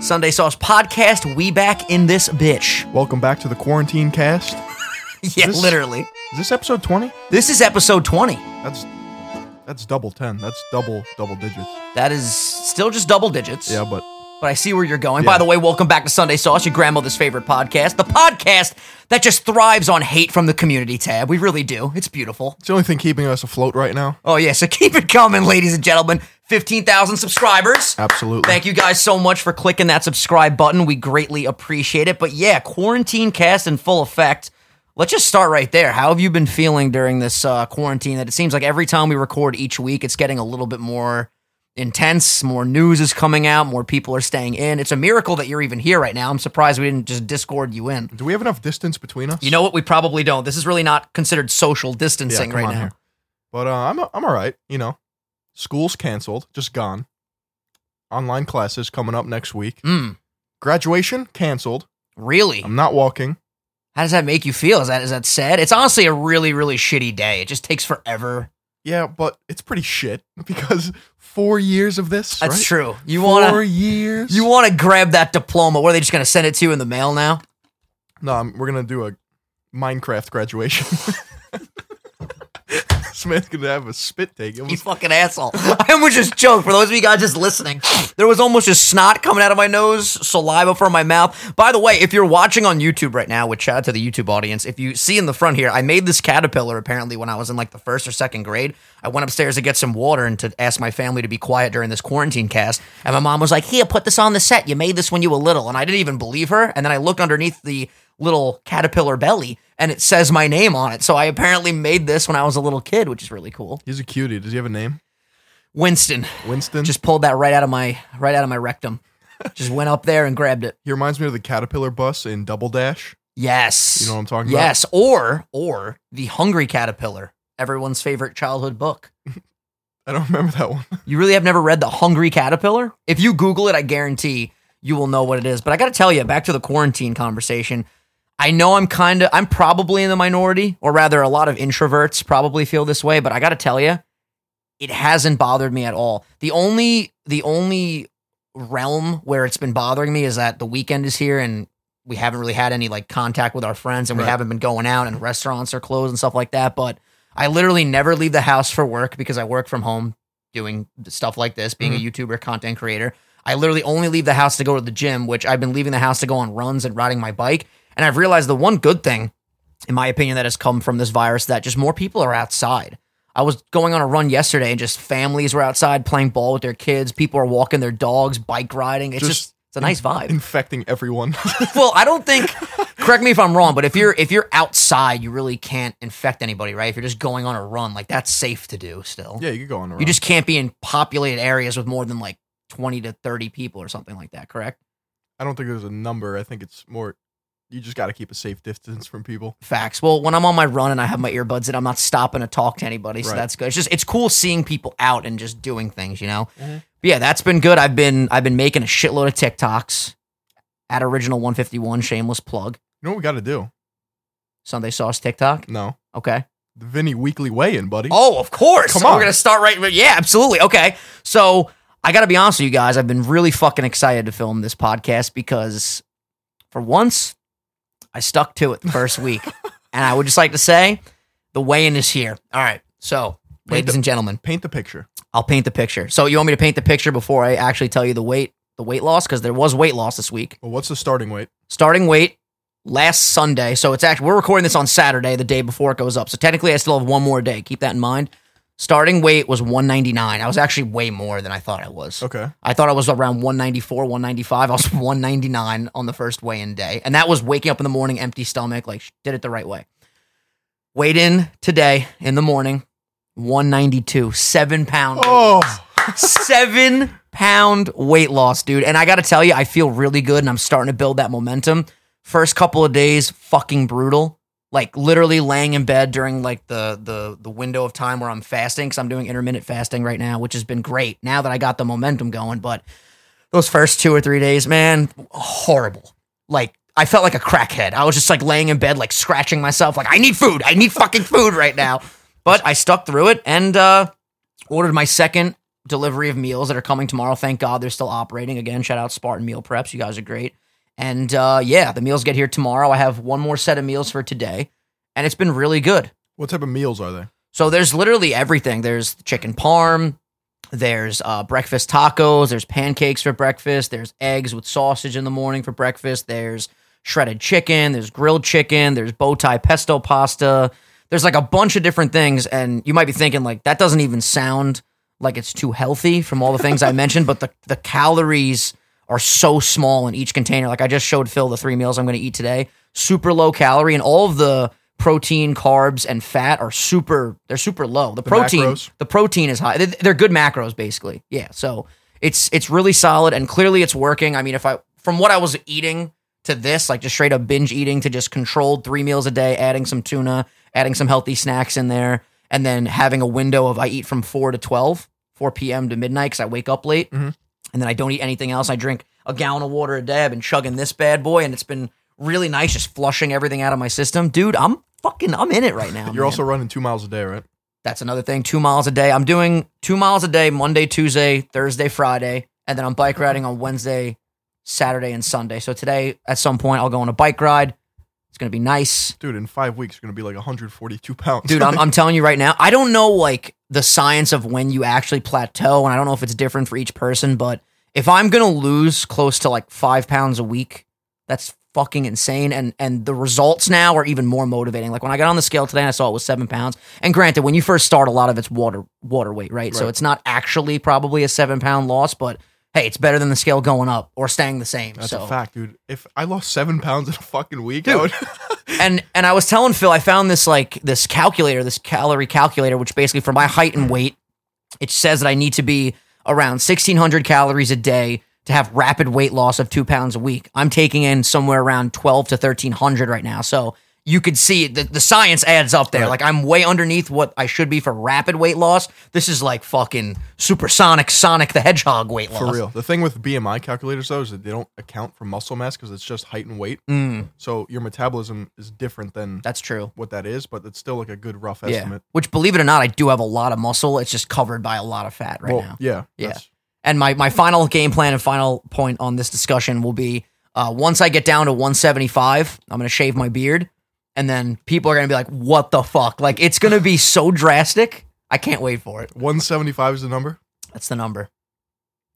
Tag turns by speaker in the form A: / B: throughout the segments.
A: Sunday Sauce Podcast. We back in this bitch.
B: Welcome back to the quarantine cast.
A: yeah,
B: This-
A: literally.
B: Is this episode 20?
A: This is episode 20.
B: That's that's double 10. That's double double digits.
A: That is still just double digits.
B: Yeah, but
A: But I see where you're going.
B: Yeah.
A: By the way, welcome back to Sunday Sauce, your grandmother's favorite podcast, the podcast that just thrives on hate from the community tab. We really do. It's beautiful.
B: it's the only thing keeping us afloat right now.
A: Oh, yeah. So keep it coming, ladies and gentlemen. 15,000 subscribers.
B: Absolutely.
A: Thank you guys so much for clicking that subscribe button. We greatly appreciate it. But yeah, quarantine cast in full effect. Let's just start right there. How have you been feeling during this uh, quarantine? That it seems like every time we record each week, it's getting a little bit more intense. More news is coming out. More people are staying in. It's a miracle that you're even here right now. I'm surprised we didn't just Discord you in.
B: Do we have enough distance between us?
A: You know what? We probably don't. This is really not considered social distancing right now.
B: But uh, I'm I'm all right, you know. School's canceled, just gone. Online classes coming up next week.
A: Mm,
B: Graduation canceled.
A: really?
B: I'm not walking.
A: How does that make you feel? Is that is that sad? It's honestly a really really shitty day. It just takes forever.
B: Yeah, but it's pretty shit because 4 years of this,
A: That's
B: right?
A: true. You
B: 4
A: want to
B: years.
A: you want to grab that diploma. What are they just going to send it to you in the mail now?
B: No, I'm, we're gonna do a Minecraft graduation. Smith could have a spit take. It
A: You
B: was,
A: fucking asshole. I almost just choked. For those of you guys just listening, there was almost just snot coming out of my nose, saliva from my mouth. By the way, if you're watching on YouTube right now, which shout out to the YouTube audience, if you see in the front here, I made this caterpillar apparently when I was in like the first or second grade. I went upstairs to get some water and to ask my family to be quiet during this quarantine cast. And my mom was like, Here, put this on the set. You made this when you were little. And I didn't even believe her. And then I looked underneath the little caterpillar belly and it says my name on it. So I apparently made this when I was a little kid, which is really cool.
B: he's a cutie. Does he have a name?
A: Winston
B: Winston.
A: just pulled that right out of my right out of my rectum. Just went up there and grabbed it.
B: he reminds me of the caterpillar bus in Double Dash.
A: Yes.
B: You know what I'm talking
A: Yes, or or the Hungry Caterpillar, everyone's favorite childhood book.
B: about? I don't remember that one.
A: You really have never read The Hungry Caterpillar? If you Google it, I guarantee you will know what it is. But I got to tell you, back to the quarantine conversation. I know I'm kind of, I'm probably in the minority, or rather, a lot of introverts probably feel this way. But I got to tell you, it hasn't bothered me at all. The only, the only realm where it's been bothering me is that the weekend is here and we haven't really had any like contact with our friends and we
B: Right.
A: haven't been going out and restaurants are closed and stuff like that. But I literally never leave the house for work because I work from home doing stuff like this, being a YouTuber, content creator. I literally only leave the house to go to the gym, which I've been leaving the house to go on runs and riding my bike. And I've realized the one good thing, in my opinion, that has come from this virus that just more people are outside. I was going on a run yesterday and just families were outside playing ball with their kids. People are walking their dogs, bike riding. It's just,
B: Just
A: it's a nice vibe.
B: Infecting everyone.
A: well, I don't think correct me if I'm wrong, but if you're if you're outside, you really can't infect anybody, right? If you're just going on a run, like that's safe to do still.
B: yeah, you could go on. A
A: You
B: run.
A: just can't be in populated areas with more than like 20 to 30 people or something like that, correct?
B: I don't think there's a number. I think it's more. You just got to keep a safe distance from people.
A: Facts. Well, when I'm on my run and I have my earbuds in, I'm not stopping to talk to anybody, so
B: Right.
A: that's good. It's just it's cool seeing people out and just doing things, you know.
B: Mhm.
A: But yeah, that's been good. I've been I've been making a shitload of TikToks at original 151 shameless plug
B: You know what we got to do?
A: Sunday Sauce TikTok.
B: No,
A: Okay.
B: the Vinny weekly weigh-in, buddy.
A: Oh, of course.
B: Come
A: So We're
B: on.
A: gonna start right. with- Yeah, absolutely. Okay. So I gotta be honest with you guys. I've been really fucking excited to film this podcast because, for once, I stuck to it the first week, and I would just like to say, the weigh-in is here. All right. So, ladies and gentlemen,
B: Paint the picture.
A: I'll paint the picture. So you want me to paint the picture before I actually tell you the weight, the weight loss, because there was weight loss this week
B: Well, what's the starting weight?
A: starting weight last Sunday. So it's actually we're recording this on Saturday, the day before it goes up. So technically, I still have one more day. Keep that in mind. Starting weight was 199. I was actually way more than I thought I was.
B: Okay.
A: I thought I was around 194, 195. I was 199 on the first weigh in day. And that was waking up in the morning, empty stomach, like sh- did it the right way. Weighed in today in the morning, 192, seven pound
B: Oh.
A: seven pound weight loss, dude. And I got to tell you, I feel really good and I'm starting to build that momentum. First couple of days, fucking brutal. Like literally laying in bed during like the the the window of time where I'm fasting because I'm doing intermittent fasting right now, which has been great. Now that I got the momentum going, but those first two or three days, man, horrible. Like I felt like a crackhead. I was just like laying in bed, like scratching myself, like I need food. I need fucking food right now. But I stuck through it and uh, ordered my second delivery of meals that are coming tomorrow. Thank God they're still operating. Again, shout out Spartan Meal Preps. You guys are great. And uh, yeah, the meals get here tomorrow. I have one more set of meals for today, and it's been really good.
B: What type of meals are they?
A: So there's literally everything. There's chicken parm. There's uh, breakfast tacos. There's pancakes for breakfast. There's eggs with sausage in the morning for breakfast. There's shredded chicken. There's grilled chicken. There's bow tie pesto pasta. There's like a bunch of different things. And you might be thinking, like, that doesn't even sound like it's too healthy from all the things I mentioned, but the, the calories are so small in each container. Like I just showed Phil the three meals I'm going to eat today, super low calorie, and all of the protein, carbs, and fat are super. They're super low. The protein,
B: macros?
A: the protein is high. They- They're good macros, basically. Yeah. So it's it's really solid, and clearly it's working. I mean, if I from what I was eating to this, like just straight up binge eating to just controlled three meals a day, adding some tuna, adding some healthy snacks in there, and then having a window of I eat from four to twelve, four p.m. to midnight because I wake up late and then I don't eat anything else. I drink a gallon of water a day. I've been chugging this bad boy, and it's been really nice, just flushing everything out of my system, dude. I'm fucking, I'm in it right now.
B: You're
A: Oh, man.
B: also running two miles a day, right?
A: that's another thing. Two miles a day. I'm doing two miles a day, Monday, Tuesday, Thursday, Friday, and then I'm bike riding on Wednesday, Saturday, and Sunday. So today, at some point, I'll go on a bike ride. It's gonna be nice.
B: Dude, in five weeks, you're going to be like 142 pounds.
A: dude I'm, I'm telling you right now i don't know like the science of when you actually plateau and i don't know if it's different for each person but if i'm gonna lose close to like five pounds a week that's fucking insane and and the results now are even more motivating like when i got on the scale today and i saw it was seven pounds and granted when you first start a lot of it's water water weight right, so
B: Right.
A: it's not actually probably a seven pound loss but hey it's better than the scale going up or staying the same
B: That's
A: so
B: a fact, dude. If I lost seven pounds in a fucking week, I would.
A: and and I was telling Phil, I found this like this calculator, this calorie calculator, which basically for my height and weight, it says that I need to be around sixteen hundred calories a day to have rapid weight loss of two pounds a week. I'm taking in somewhere around twelve to thirteen hundred right now, so you could see the, the science adds up there. Like I'm way underneath what I should be for rapid weight loss. This is like fucking supersonic Sonic the Hedgehog weight loss.
B: For real. The thing with BMI calculators, though, is that they don't account for muscle mass because it's just height and weight.
A: Mm.
B: So your metabolism is different than
A: That's true.
B: what that is, but it's still like a good rough
A: Yeah.
B: estimate.
A: Which believe it or not, I do have a lot of muscle. It's just covered by a lot of fat right
B: well,
A: now.
B: yeah.
A: Yeah.
B: that's-
A: And my, my final game plan and final point on this discussion will be uh, once I get down to 175, I'm going to shave my beard. And then people are going to be like, what the fuck? Like, it's going to be so drastic. I can't wait for it.
B: 175 is the number.
A: That's the number.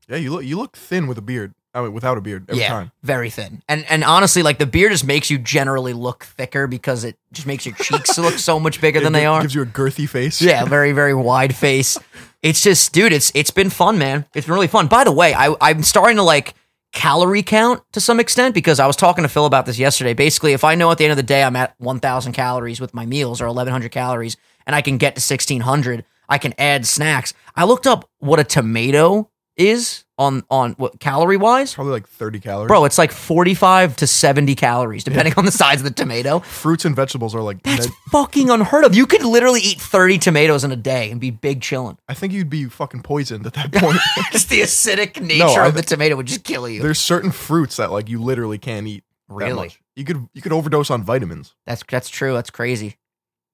B: Yeah, you look you look thin with a beard. I mean, without a beard every
A: yeah.
B: time.
A: Very thin. And and honestly, like, the beard just makes you generally look thicker because it just makes your cheeks look so much bigger
B: It
A: than
B: gi-
A: they are.
B: Gives you a girthy face.
A: Yeah, very very wide face. It's just, dude, it's it's been fun, man. It's been really fun. By the way, I I'm starting to like calorie count to some extent because I was talking to Phil about this yesterday. Basically, if I know at the end of the day I'm at 1,000 calories with my meals or 1,100 calories, and I can get to 1,600, I can add snacks. I looked up what a tomato is on on what calorie wise.
B: Probably like 30 calories.
A: Bro, it's like 45 to 70 calories depending on the size of the tomato.
B: Fruits and vegetables are like.
A: That's
B: med-
A: fucking unheard of. You could literally eat 30 tomatoes in a day and be big chillin'.
B: I think you'd be fucking poisoned at that point.
A: just the acidic nature
B: I-
A: of the tomato would just kill you.
B: There's certain fruits that like you literally can't eat. that
A: Really?
B: much. You could you could overdose on vitamins.
A: That's that's true. That's crazy.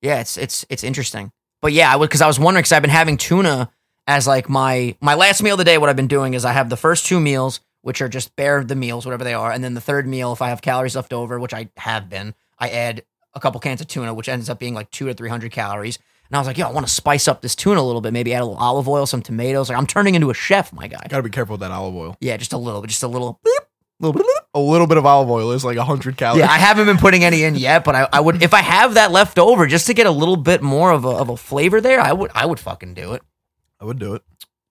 A: Yeah, it's it's it's interesting. But yeah, I would because I was wondering because I've been having tuna as like my my last meal of the day. What I've been doing is I have the first two meals, which are just bare the meals, whatever they are, and then the third meal, if I have calories left over, which I have been, I add a couple cans of tuna, which ends up being like two to three hundred calories. And I was like, yo, I want to spice up this tuna a little bit. Maybe add a little olive oil, some tomatoes. Like I'm turning into a chef, my guy.
B: Got to be careful with that olive oil.
A: Yeah, just a little bit, just a little.
B: little bit, a little bit of olive oil is like 100 calories.
A: Yeah, I haven't been putting any in yet, but I, I would if I have that left over just to get a little bit more of a of a flavor there. I would I would fucking do it.
B: I would do it.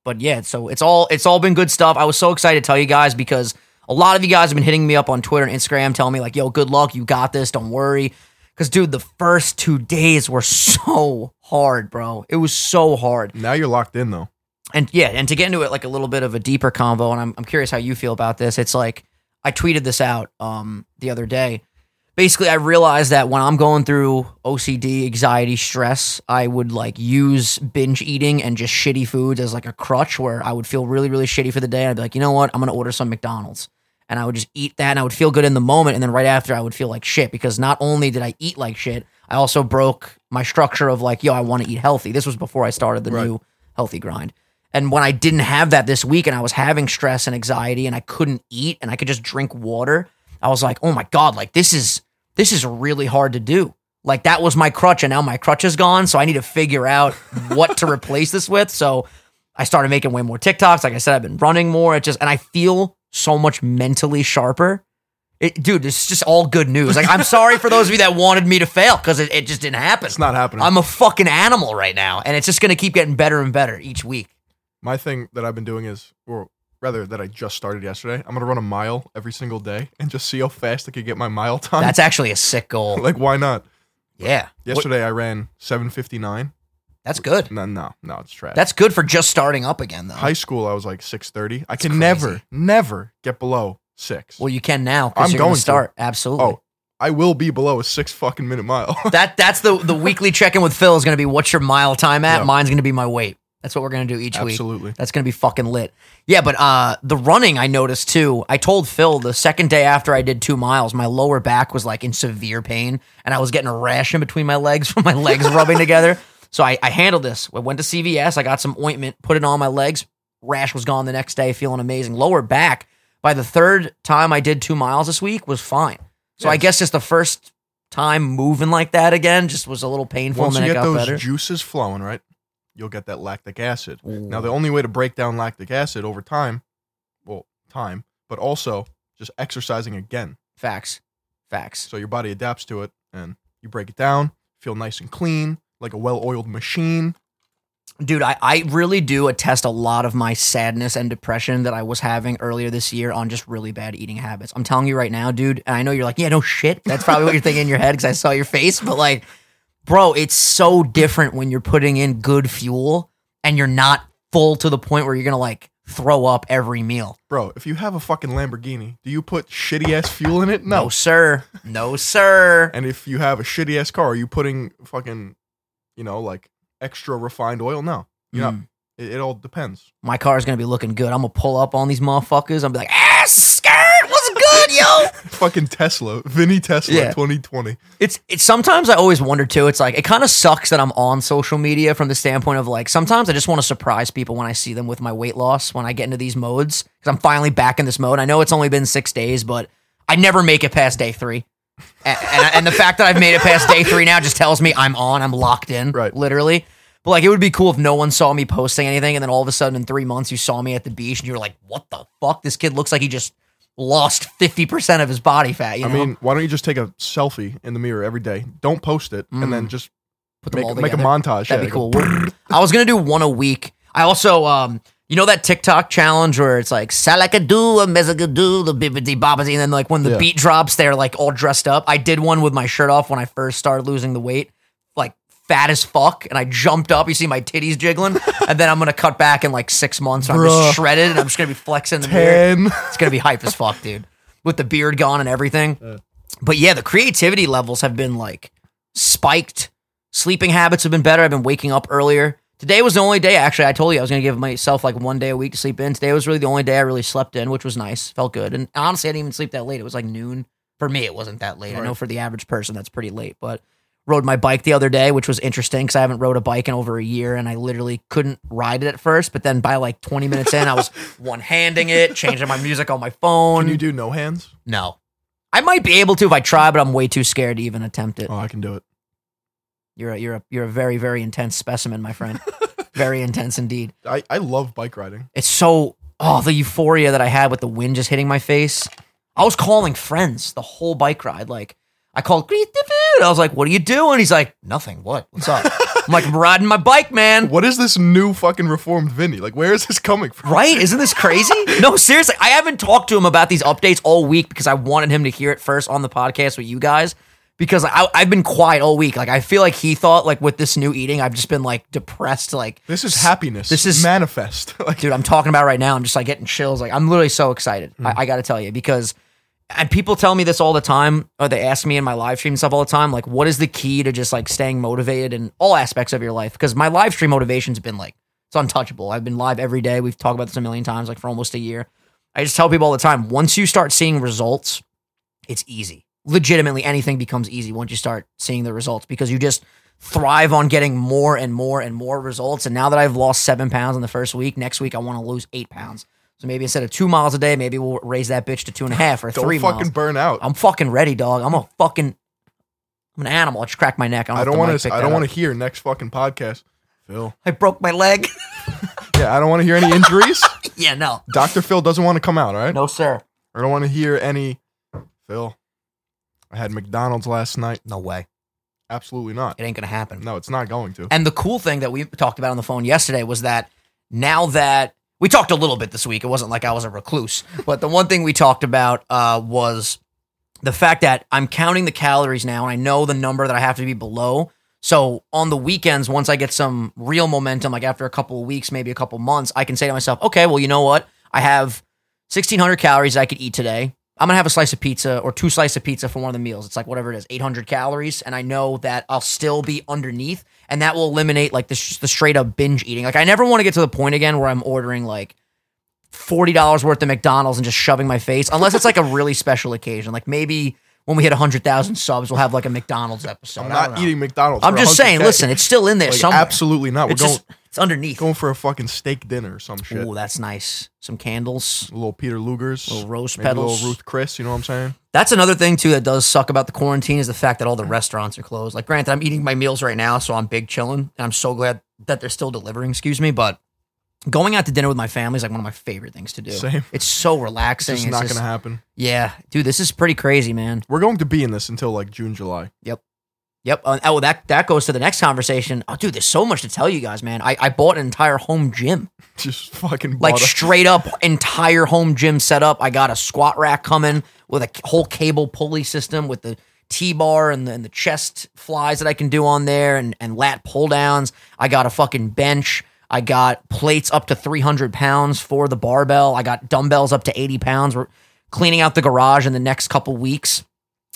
A: But yeah, so it's all it's all been good stuff. I was so excited to tell you guys because a lot of you guys have been hitting me up on Twitter and Instagram, telling me like, "Yo, good luck, you got this, don't worry." Because dude, the first two days were so hard, bro. It was so hard
B: Now you're locked in though.
A: and yeah, and to get into it like a little bit of a deeper convo, and I'm I'm curious how you feel about this. It's like I tweeted this out um the other day. Basically, I realized that when I'm going through OCD, anxiety, stress, I would like use binge eating and just shitty foods as like a crutch where I would feel really, really shitty for the day. And I'd be like, you know what? I'm gonna order some McDonald's. And I would just eat that and I would feel good in the moment. And then right after I would feel like shit because not only did I eat like shit, I also broke my structure of like, yo, I want to eat healthy. This was before I started the
B: Right.
A: new healthy grind. And when I didn't have that this week and I was having stress and anxiety and I couldn't eat and I could just drink water, I was like, "Oh my god, like this is this is really hard to do." Like that was my crutch and now my crutch is gone, so I need to figure out what to replace this with. So I started making way more TikToks. Like I said, I've been running more. It just and I feel so much mentally sharper. It, dude, this is just all good news. Like I'm sorry for those of you that wanted me to fail because it, it just didn't happen.
B: It's not happening.
A: I'm a fucking animal right now, and it's just gonna keep getting better and better each week.
B: My thing that I've been doing is, or rather, that I just started yesterday. I'm gonna run a mile every single day and just see how fast I could get my mile time.
A: That's actually a sick goal.
B: like, why not?
A: Yeah, What-
B: Yesterday I ran 7:59.
A: that's good.
B: No, no, no, it's trash.
A: That's good for just starting up again, though.
B: High school, I was like 6:30. I can
A: crazy.
B: never, never get below six.
A: Well, you can now because
B: I'm
A: you're going
B: going
A: to
B: to.
A: start. Absolutely.
B: Oh, I will be below a six fucking minute mile.
A: That that's the the weekly check in with Phil is going to be what's your mile time at?
B: Yeah.
A: Mine's going to be my weight. That's what we're going to do each week.
B: Absolutely.
A: That's gonna be fucking lit. Yeah, but uh the running I noticed too. I told Phil the second day after I did two miles, my lower back was like in severe pain and I was getting a rash in between my legs from my legs rubbing together. So I, I handled this. I went to CVS, I got some ointment, put it on my legs, rash was gone the next day, feeling amazing. Lower back, by the third time I did two miles this week was fine. So I
B: Yes.
A: guess just the first time moving like that again just was a little painful
B: Once
A: and
B: you
A: then it
B: get
A: got
B: those
A: better.
B: juices flowing, right, you'll get that lactic acid. Now, the only way to break down lactic acid over time, well, time, but also just exercising again.
A: Facts. Facts.
B: So your body adapts to it and you break it down, feel nice and clean, like a well oiled machine.
A: Dude, I, I really do attest a lot of my sadness and depression that I was having earlier this year on just really bad eating habits. I'm telling you right now, dude, and I know you're like, yeah, no shit. That's probably what you're thinking in your head because I saw your face, but like, bro, it's so different when you're putting in good fuel and you're not full to the point where you're going to like throw up every meal.
B: Bro, if you have a fucking Lamborghini, do you put shitty ass fuel in it?
A: No, sir. No, sir.
B: And if you have a shitty ass car, are you putting fucking, you know, like extra refined oil? No. You're not- It, it all depends.
A: Mm. my car's going to be looking good. I'm going to pull up on these motherfuckers. I'm be like, ah, skirt, what's good, yo?
B: fucking Tesla, Vinny Tesla,
A: Yeah.
B: 2020.
A: It's it's sometimes I always wonder too. It's like it kind of sucks that I'm on social media from the standpoint of like sometimes I just want to surprise people when I see them with my weight loss when I get into these modes because I'm finally back in this mode. I know it's only been six days, but I never make it past day three, and, and, and the fact that I've made it past day three now just tells me I'm on. I'm locked in,
B: Right.
A: Literally. But like it would be cool if no one saw me posting anything, and then all of a sudden in three months you saw me at the beach and you were like, "What the fuck? This kid looks like he just lost fifty percent of his body fat." You
B: I
A: know?
B: mean, why don't you just take a selfie in the mirror every day? Don't post it and then just
A: Put them
B: make,
A: all
B: make a
A: together.
B: montage.
A: That'd
B: yeah,
A: be
B: go
A: cool. I was gonna do one a week. I also, um, you know that TikTok challenge where it's like salakadoo, a mezzagadoo, the bibbidi bobbidi, and then like when the
B: Yeah.
A: beat drops, they're like all dressed up. I did one with my shirt off when I first started losing the weight, like fat as fuck, and I jumped up. You see my titties jiggling, and then I'm gonna cut back in like six months. And I'm
B: Bruh.
A: just shredded, and I'm just gonna be flexing the mirror.
B: Ten.
A: It's gonna be hype as fuck, dude. With the beard gone and everything. But yeah, the creativity levels have been like spiked. Sleeping habits have been better. I've been waking up earlier. Today was the only day actually I told you I was gonna give myself like one day a week to sleep in. Today was really the only day I really slept in, which was nice. Felt good. And honestly, I didn't even sleep that late. It was like noon. For me, it wasn't that late. I know
B: Right.
A: for the average person that's pretty late, but rode my bike the other day, which was interesting because I haven't rode a bike in over a year and I literally couldn't ride it at first. But then by like 20 minutes in, I was one handing it, changing my music on my phone.
B: Can you do no hands?
A: no. I might be able to if I try, but I'm way too scared to even attempt it.
B: Oh, I can do it.
A: You're a, you're a, you're a very very intense specimen, my friend. very intense indeed.
B: I, I love bike riding.
A: It's so oh the euphoria that I had with the wind just hitting my face. I was calling friends the whole bike ride. Like I called Christopher. I was like, "What are you doing?" He's like, "Nothing. What? What's up?" I'm like, "I'm riding my bike, man."
B: What is this new fucking reformed Vinny? Like, where is this coming from?
A: Right? Isn't this crazy? no, seriously. I haven't talked to him about these updates all week because I wanted him to hear it first on the podcast with you guys. Because I, I've been quiet all week. Like I feel like he thought like with this new eating, I've just been like depressed. Like
B: This is happiness.
A: This is-
B: manifest. Like,
A: dude, I'm talking about right now. I'm just like getting chills. Like I'm literally so excited. I, I got to tell you because, and people tell me this all the time, or they ask me in my live stream and stuff all the time. Like, what is the key to just like staying motivated in all aspects of your life? Because my live stream motivation's been like it's untouchable. I've been live every day. We've talked about this a million times, like for almost a year. I just tell people all the time. Once you start seeing results, it's easy. Legitimately, anything becomes easy once you start seeing the results because you just thrive on getting more and more and more results. And now that I've lost seven pounds in the first week, next week I want to lose eight pounds. So maybe instead of two miles a day, maybe we'll raise that bitch to two and a half or
B: Don't
A: three
B: fucking
A: miles.
B: burn out.
A: I'm fucking ready, dog. I'm a fucking I'm an animal. I just cracked my neck. I don't,
B: I don't
A: want to.
B: I don't want to hear next fucking podcast. Phil.
A: I broke my leg.
B: Yeah, I don't want to hear any injuries.
A: yeah, no,
B: Dr. Phil doesn't want to come out, all right?
A: no, sir,
B: I don't want to hear any Phil. I had McDonald's last night.
A: no way.
B: Absolutely not.
A: It ain't gonna happen.
B: No, it's not going to.
A: And the cool thing that we talked about on the phone yesterday was that now that we talked a little bit this week, it wasn't like I was a recluse, but the one thing we talked about uh, was the fact that I'm counting the calories now and I know the number that I have to be below. So on the weekends, once I get some real momentum, like after a couple of weeks, maybe a couple of months, I can say to myself, okay, well, you know what? I have 1,600 calories I could eat today. I'm gonna have a slice of pizza or two slices of pizza for one of the meals. It's like whatever it is, 800 calories, and I know that I'll still be underneath, and that will eliminate like the, sh- the straight up binge eating. Like I never want to get to the point again where I'm ordering like forty dollars worth of McDonald's and just shoving my face, unless it's like a really special occasion. Like maybe when we hit hundred thousand subs, we'll have like a McDonald's episode.
B: I'm
A: I don't
B: not
A: know.
B: eating McDonald's.
A: I'm
B: for
A: just saying.
B: 100K.
A: Listen, it's still in there
B: Like,
A: somewhere.
B: absolutely not. We're
A: it's
B: going
A: just it's underneath.
B: going for a fucking steak dinner or some shit.
A: Ooh, that's nice. Some candles,
B: little Peter Luger's,
A: little rose
B: maybe
A: petals.
B: little Ruth Chris. You know what I'm saying?
A: That's another thing too that does suck about the quarantine is the fact that all the restaurants are closed. Like, granted, I'm eating my meals right now, so I'm big chilling, and I'm so glad that they're still delivering. Excuse me, but going out to dinner with my family is like one of my favorite things to do.
B: Same.
A: It's so
B: It's
A: relaxing.
B: just
A: It's
B: not
A: just-
B: going to happen.
A: Yeah, dude, this is pretty crazy, man.
B: We're going to be in this until like June, July.
A: Yep. Uh, oh, that that goes to the next conversation. Oh, dude, there's so much to tell you guys, man. I, I bought an entire home gym.
B: Just fucking
A: like
B: bought a-
A: straight up entire home gym setup. I got a squat rack coming with a whole cable pulley system with the T bar and the, and the chest flies that I can do on there and, and lat pull downs. I got a fucking bench. I got plates up to 300 pounds for the barbell. I got dumbbells up to 80 pounds. We're cleaning out the garage in the next couple weeks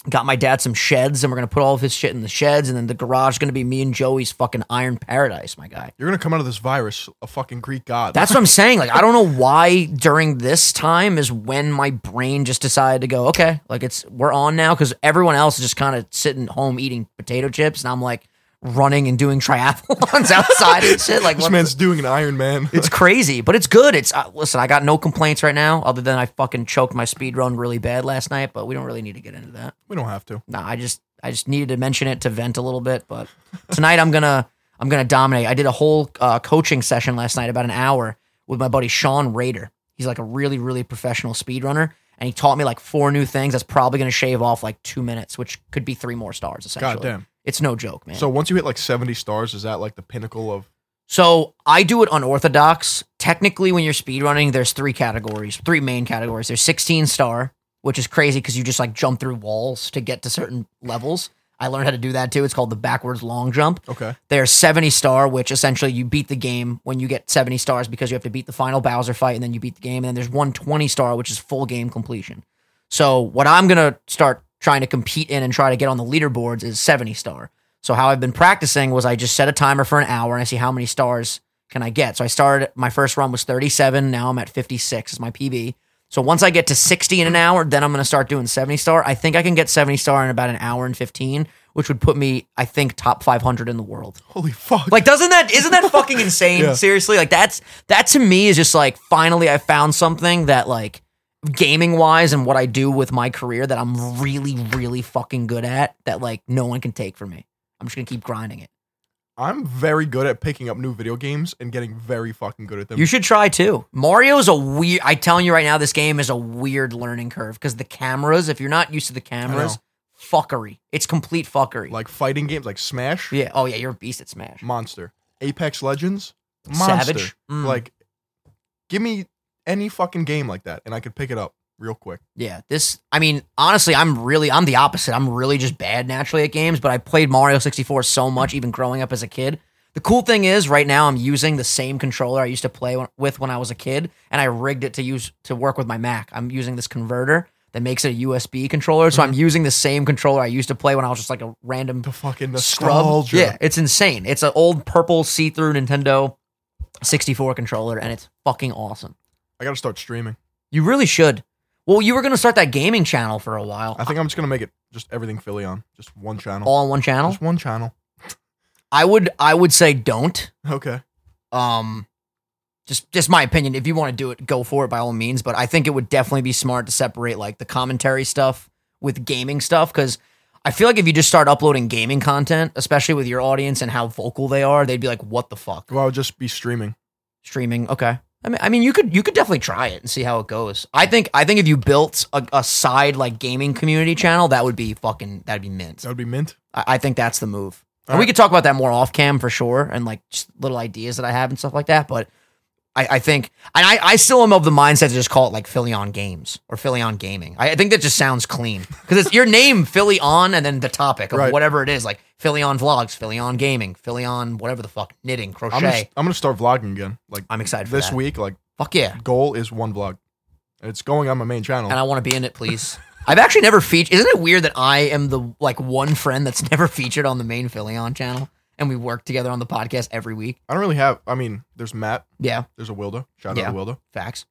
A: got my dad some sheds and we're gonna put all of his shit in the sheds and then the garage is gonna be me and joey's fucking iron paradise my guy
B: You're going to come out of this virus a fucking Greek god.
A: that's what i'm saying like i don't know why during this time is when my brain just decided to go okay like it's we're on now because everyone else is just kind of sitting home eating potato chips and i'm like running and doing triathlons outside and shit like
B: this
A: what-
B: man's doing an Iron Man.
A: it's crazy, but it's good. It's uh, listen. I got no complaints right now, other than I fucking choked my speed run really bad last night. But we don't really need to get into that.
B: we don't have to.
A: No, I just I just needed to mention it to vent a little bit, but tonight I'm gonna I'm gonna dominate. I did a whole uh, coaching session last night, about an hour, with my buddy Sean Raider. He's like a really really professional speedrunner, and he taught me like four new things. That's probably gonna shave off like two minutes, which could be three more stars. Essentially,
B: God damn.
A: it's no joke, man.
B: So once you hit like 70 stars, is that like the pinnacle of
A: So I do it unorthodox. Technically, when you're speedrunning, there's three categories, three main categories. There's 16 star, which is crazy because you just like jump through walls to get to certain levels. I learned how to do that too. It's called the backwards long jump.
B: okay?
A: There's 70 star, which essentially you beat the game when you get 70 stars because you have to beat the final Bowser fight and then you beat the game. And then there's 120 star, which is full game completion. So what I'm gonna start trying to compete in and try to get on the leaderboards is 70 star. So how I've been practicing was I just set a timer for an hour and I see how many stars can I get. So I started my first run was 37. Now I'm at 56 is my PB. So once I get to 60 in an hour, then I'm gonna start doing 70 star. I think I can get 70 star in about an hour and 15, which would put me, I think, top 500 in the world.
B: Holy fuck.
A: Like, doesn't that isn't that fucking insane?
B: Yeah.
A: Seriously, like that's that to me is just like finally I found something that like gaming wise and what I do with my career that I'm really really fucking good at that like no one can take from me. I'm just gonna keep grinding it.
B: I'm very good at picking up new video games and getting very fucking good at them.
A: You should try too. Mario's a weird. I'm telling you right now, this game is a weird learning curve because the cameras. If you're not used to the cameras, fuckery. It's complete fuckery.
B: like fighting games like Smash,
A: yeah. Oh yeah, you're a beast at Smash.
B: monster. Apex Legends, monster.
A: Savage. Mm.
B: Like give me any fucking game like that and I could pick it up real quick.
A: Yeah, this. I mean, honestly, I'm really, I'm the opposite. I'm really just bad naturally at games, but I played Mario 64 so much, even growing up as a kid. The cool thing is, right now, I'm using the same controller I used to play when, with when I was a kid, and I rigged it to use to work with my Mac. I'm using this converter that makes it a USB controller, so I'm using the same controller I used to play when I was just like a random
B: The fucking
A: scrub.
B: nostalgia.
A: Yeah, it's insane. It's an old purple see-through Nintendo 64 controller, and it's fucking awesome.
B: I gotta start streaming.
A: You really should. Well, you were gonna start that gaming channel for a while.
B: I think I'm just gonna make it just everything Philly on. Just one channel.
A: all on one channel.
B: Just one channel.
A: I would I would say don't.
B: Okay.
A: Um just just my opinion. If you want to do it, go for it by all means. But I think it would definitely be smart to separate like the commentary stuff with gaming stuff because I feel like if you just start uploading gaming content, especially with your audience and how vocal they are, they'd be like, "What the fuck?"
B: Well, I'll just be streaming.
A: Streaming, okay. I mean, I mean, you could you could definitely try it and see how it goes. I think I think if you built a, a side like gaming community channel, that would be fucking that'd be mint.
B: That would be mint.
A: I, I think that's the move. and we
B: Alright.
A: could talk about that more off cam for sure, and like just little ideas that I have and stuff like that. But I, I think, and I, I still am of the mindset to just call it like Philly on Games or Philly on Gaming. I, I think that just sounds clean because it's your name, Philly on, and then the topic of
B: Right.
A: whatever it is, like Philly on Vlogs, Philly on Gaming, Philly on whatever the fuck, knitting, crochet.
B: I'm
A: I'm,
B: gonna, I'm gonna start vlogging again. Like
A: excited for
B: this
A: that.
B: week, like
A: Fuck yeah,
B: goal is one vlog. And It's going on my main channel.
A: and I want to be in it, please. I've actually never featured. Isn't it weird that I am the like one friend that's never featured on the main Philly on channel, and we work together on the podcast every week?
B: I don't really have. I mean, there's Matt.
A: Yeah,
B: There's a Wilda. Shout
A: Yeah.
B: out to Wilda.
A: facts.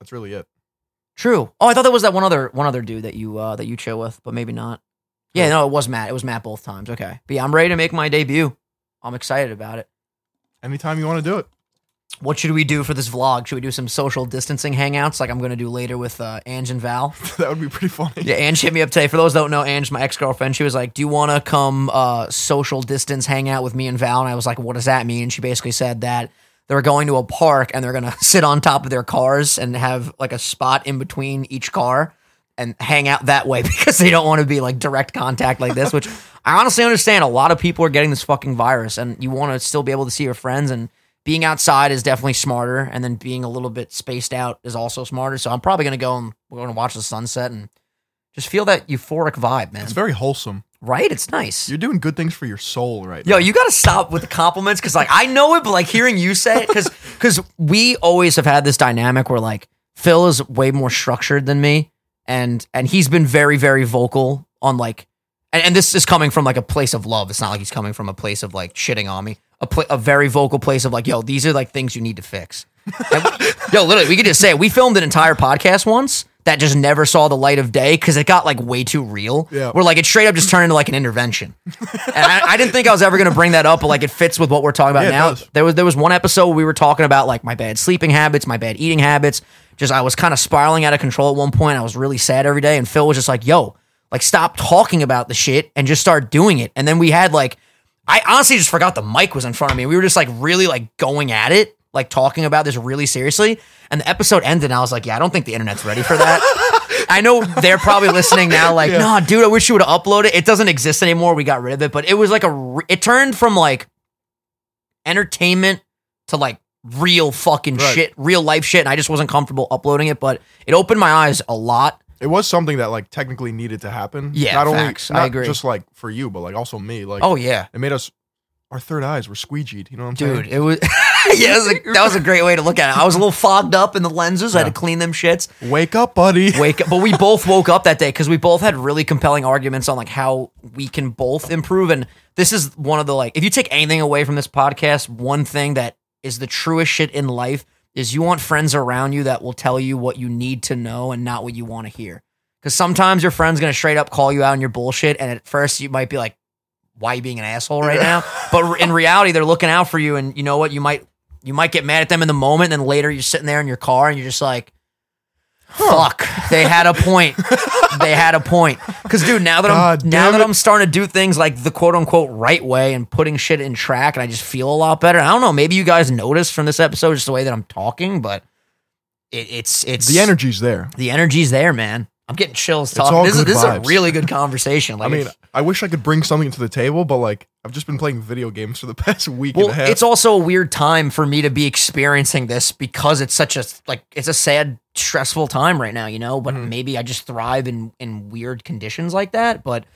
B: That's really it.
A: True. Oh, I thought that was that one other one other dude that you uh that you chill with, but maybe not. Yeah, no, it was Matt. It was Matt both times. Okay. But yeah, I'm ready to make my debut. I'm excited about it.
B: Anytime you want to do it.
A: What should we do for this vlog? Should we do some social distancing hangouts like I'm gonna do later with uh Ange and Val?
B: that would be pretty funny.
A: Yeah, Ange hit me up today. For those that don't know, Ange, my ex girlfriend, she was like, "Do you want to come uh, social distance hang out with me and Val?" And I was like, "What does that mean?" And she basically said that they're going to a park and they're gonna sit on top of their cars and have like a spot in between each car and hang out that way because they don't want to be like direct contact like this. Which I honestly understand. A lot of people are getting this fucking virus, and you want to still be able to see your friends and. Being outside is definitely smarter, and then being a little bit spaced out is also smarter. So I'm probably gonna go and we're gonna watch the sunset and just feel that euphoric vibe, man.
B: It's very wholesome.
A: right? It's nice.
B: You're doing good things for your soul right
A: Yo,
B: now.
A: you gotta stop with the compliments because, like, I know it, but like hearing you say it, because because we always have had this dynamic where like Phil is way more structured than me, and and he's been very very vocal on like, and, and this is coming from like a place of love. It's not like he's coming from a place of like shitting on me. A pla- a very vocal place of like, yo, these are like things you need to fix. And we- yo, literally, we could just say it. we filmed an entire podcast once that just never saw the light of day because it got like way too real.
B: Yeah.
A: Where like it straight up just turned into like an intervention. and I, I didn't think I was ever gonna bring that up, but like it fits with what we're talking about
B: Yeah, it
A: now.
B: does.
A: There was there was one episode where we were talking about like my bad sleeping habits, my bad eating habits. Just I was kind of spiraling out of control at one point. I was really sad every day, and Phil was just like, "Yo, like stop talking about the shit and just start doing it." And then we had like, I honestly just forgot the mic was in front of me. We were just like really like going at it, like talking about this really seriously. And the episode ended, and I was like, "Yeah, I don't think the internet's ready for that." I know they're probably listening now, like, nah, dude, I wish you would have uploaded. It doesn't exist anymore. We got rid of it, but it was like a. re- It turned from like entertainment to like real fucking
B: Right.
A: shit, real life shit, and I just wasn't comfortable uploading it. But it opened my eyes a lot.
B: It was something that like technically needed to happen.
A: Yeah,
B: not
A: facts. I
B: only not
A: agree.
B: just like for you, but like also me. Like
A: Oh yeah,
B: it made us our third eyes were squeegeed. You know what I'm saying?
A: dude, it was. yeah, it was a, that was a great way to look at it. I was a little fogged up in the lenses. I had to clean them shits.
B: Wake up, buddy.
A: wake up but we both woke up that day because we both had really compelling arguments on like how we can both improve and this is one of the like if you take anything away from this podcast one thing that is the truest shit in life is you want friends around you that will tell you what you need to know and not what you want to hear because sometimes your friend's gonna straight up call you out on your bullshit and at first you might be like why you being an asshole right now? But in reality, they're looking out for you, and you know what? You might you might get mad at them in the moment, and then later you're sitting there in your car, and you're just like, "Fuck, they had a point. they had a point." Because dude, now that
B: God
A: I'm now
B: damn
A: that
B: it.
A: I'm starting to do things like the quote unquote right way and putting shit in track, and I just feel a lot better. I don't know. Maybe you guys noticed from this episode just the way that I'm talking, but it, it's it's
B: The energy's there.
A: the energy's there, man. I'm getting chills talking.
B: all
A: this is
B: good
A: this is a
B: vibes.
A: really good conversation. Like,
B: I mean, I wish I could bring something to the table, but like I've just been playing video games for the past week
A: Well,
B: and a half.
A: it's also a weird time for me to be experiencing this because it's such a like it's a sad, stressful time right now, you know. But
B: Mm-hmm.
A: maybe I just thrive in in weird conditions like that. But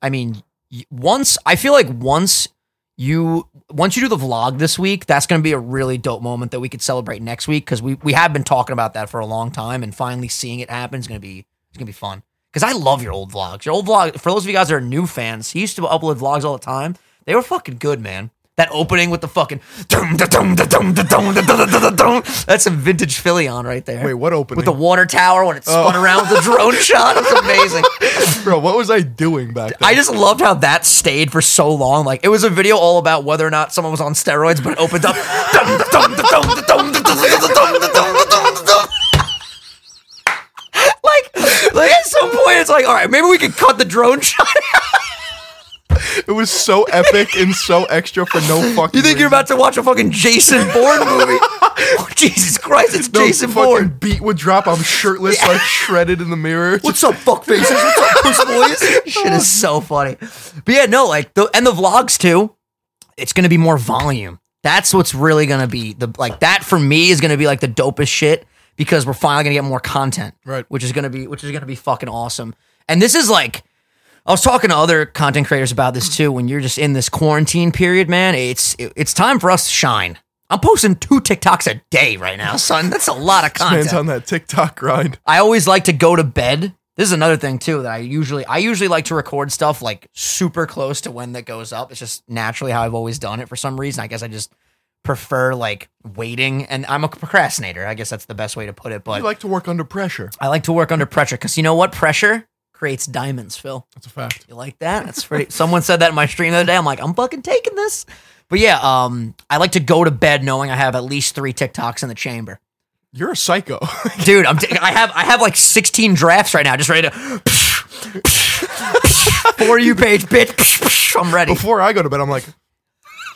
A: I mean, y- once I feel like once you once you do the vlog this week, that's going to be a really dope moment that we could celebrate next week because we we have been talking about that for a long time, and finally seeing it happen is going to be it's going to be fun. Because I love your old vlogs. Your old vlog, for those of you guys that are new fans, he used to upload vlogs all the time. They were fucking good, man. That opening with the fucking dum, da, dum, da, dum, da, dum, da, da, da, da, da, dum. that's some vintage Philly on right there.
B: Wait, what opening? Oh.
A: with the water tower when it spun around with the drone shot. It's amazing.
B: Bro, what was I doing back then?
A: I just loved how that stayed for so long. Like it was a video all about whether or not someone was on steroids, but it opened up. Dum, da, dum, da, dum, da, dum, da, dum, da, dum, da, dum, da, dum, da, dum. Like, like at some point, it's like, all right, maybe we could cut the drone shot.
B: it was so epic and so extra for no fucking
A: You think you're
B: reason.
A: about to watch a fucking Jason Bourne movie? Oh, Jesus Christ, it's
B: No
A: Jason
B: fucking
A: Bourne.
B: beat would drop. I'm shirtless, like shredded in the mirror.
A: What's up, fuck faces? What's up, puss boys? Shit is so funny. But yeah, no, like the and the vlogs too. It's gonna be more volume. That's what's really gonna be the like that for me is gonna be like the dopest shit because we're finally gonna get more content,
B: Right.
A: Which is gonna be which is gonna be fucking awesome. And this is like. I was talking to other content creators about this too. When you're just in this quarantine period, man, it's it- it's time for us to shine. I'm posting two TikToks a day right now, son. That's a lot of content.
B: Hands on that TikTok grind.
A: I always like to go to bed. This is another thing too that I usually I usually like to record stuff like super close to when that goes up. It's just naturally how I've always done it for some reason. I guess I just prefer like waiting and I'm a procrastinator. I guess that's the best way to put it,
B: You
A: but
B: like to work under pressure.
A: I like to work under pressure cuz you know what? Pressure creates diamonds, Phil.
B: That's a fact.
A: You like that? That's pretty. Someone said that in my stream the other day. I'm like, I'm fucking taking this. But yeah, um I like to go to bed knowing I have at least 3 TikToks in the chamber
B: You're a psycho.
A: dude. I'm t- I have I have like 16 drafts right now, just ready to. For you page, bitch. I'm ready.
B: Before I go to bed, I'm like,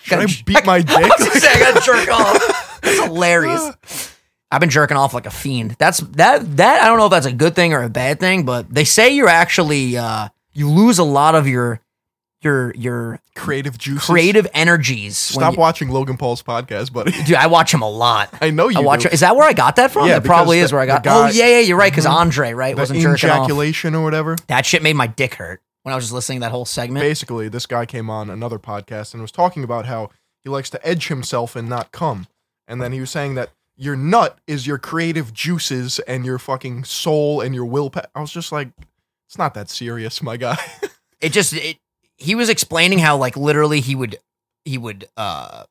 B: should
A: Gotta
B: I
A: j-
B: beat my dick?
A: I was gonna say, I gotta jerk off. That's hilarious. I've been jerking off like a fiend. That's that that I don't know if that's a good thing or a bad thing, but they say you're actually uh you lose a lot of your your your
B: Creative juices.
A: creative energies. when
B: Stop
A: you-
B: watching Logan Paul's podcast, buddy.
A: Dude, I watch him a lot.
B: I know you
A: I watch.
B: do.
A: Him. Is that where I got that from?
B: Yeah,
A: that probably
B: because
A: is
B: the-
A: where I got.
B: the
A: oh
B: guy-
A: yeah, yeah, you're right. Because Andre, right,
B: That
A: wasn't jerking off.
B: ejaculation or whatever.
A: That shit made my dick hurt when I was just listening to that whole segment.
B: Basically, this guy came on another podcast and was talking about how he likes to edge himself and not come. And then he was saying that your nut is your creative juices and your fucking soul and your will. I was just like, it's not that serious, my guy.
A: It just it he was explaining how like literally he would he would uh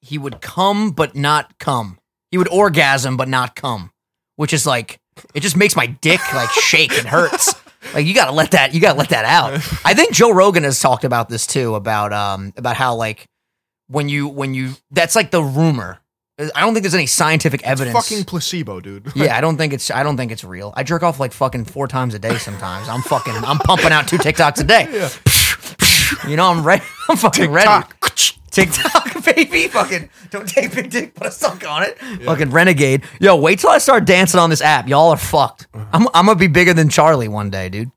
A: he would come but not come. He would orgasm but not come. Which is like it just makes my dick like shake and hurts. Like you gotta let that you gotta let that out. I think Joe Rogan has talked about this too, about um about how like when you when you that's like the rumor. I don't think there's any scientific evidence.
B: fucking placebo, dude.
A: Yeah, I don't think it's I don't think it's real. I jerk off like fucking four times a day sometimes. I'm fucking I'm pumping out two TikToks a day. You know, I'm ready. I'm fucking ready. TikTok baby, fucking don't take big dick, put a suck on it. Fucking renegade. Yo, wait till I start dancing on this app. Y'all are fucked. I'm I'm gonna be bigger than Charlie one day, dude.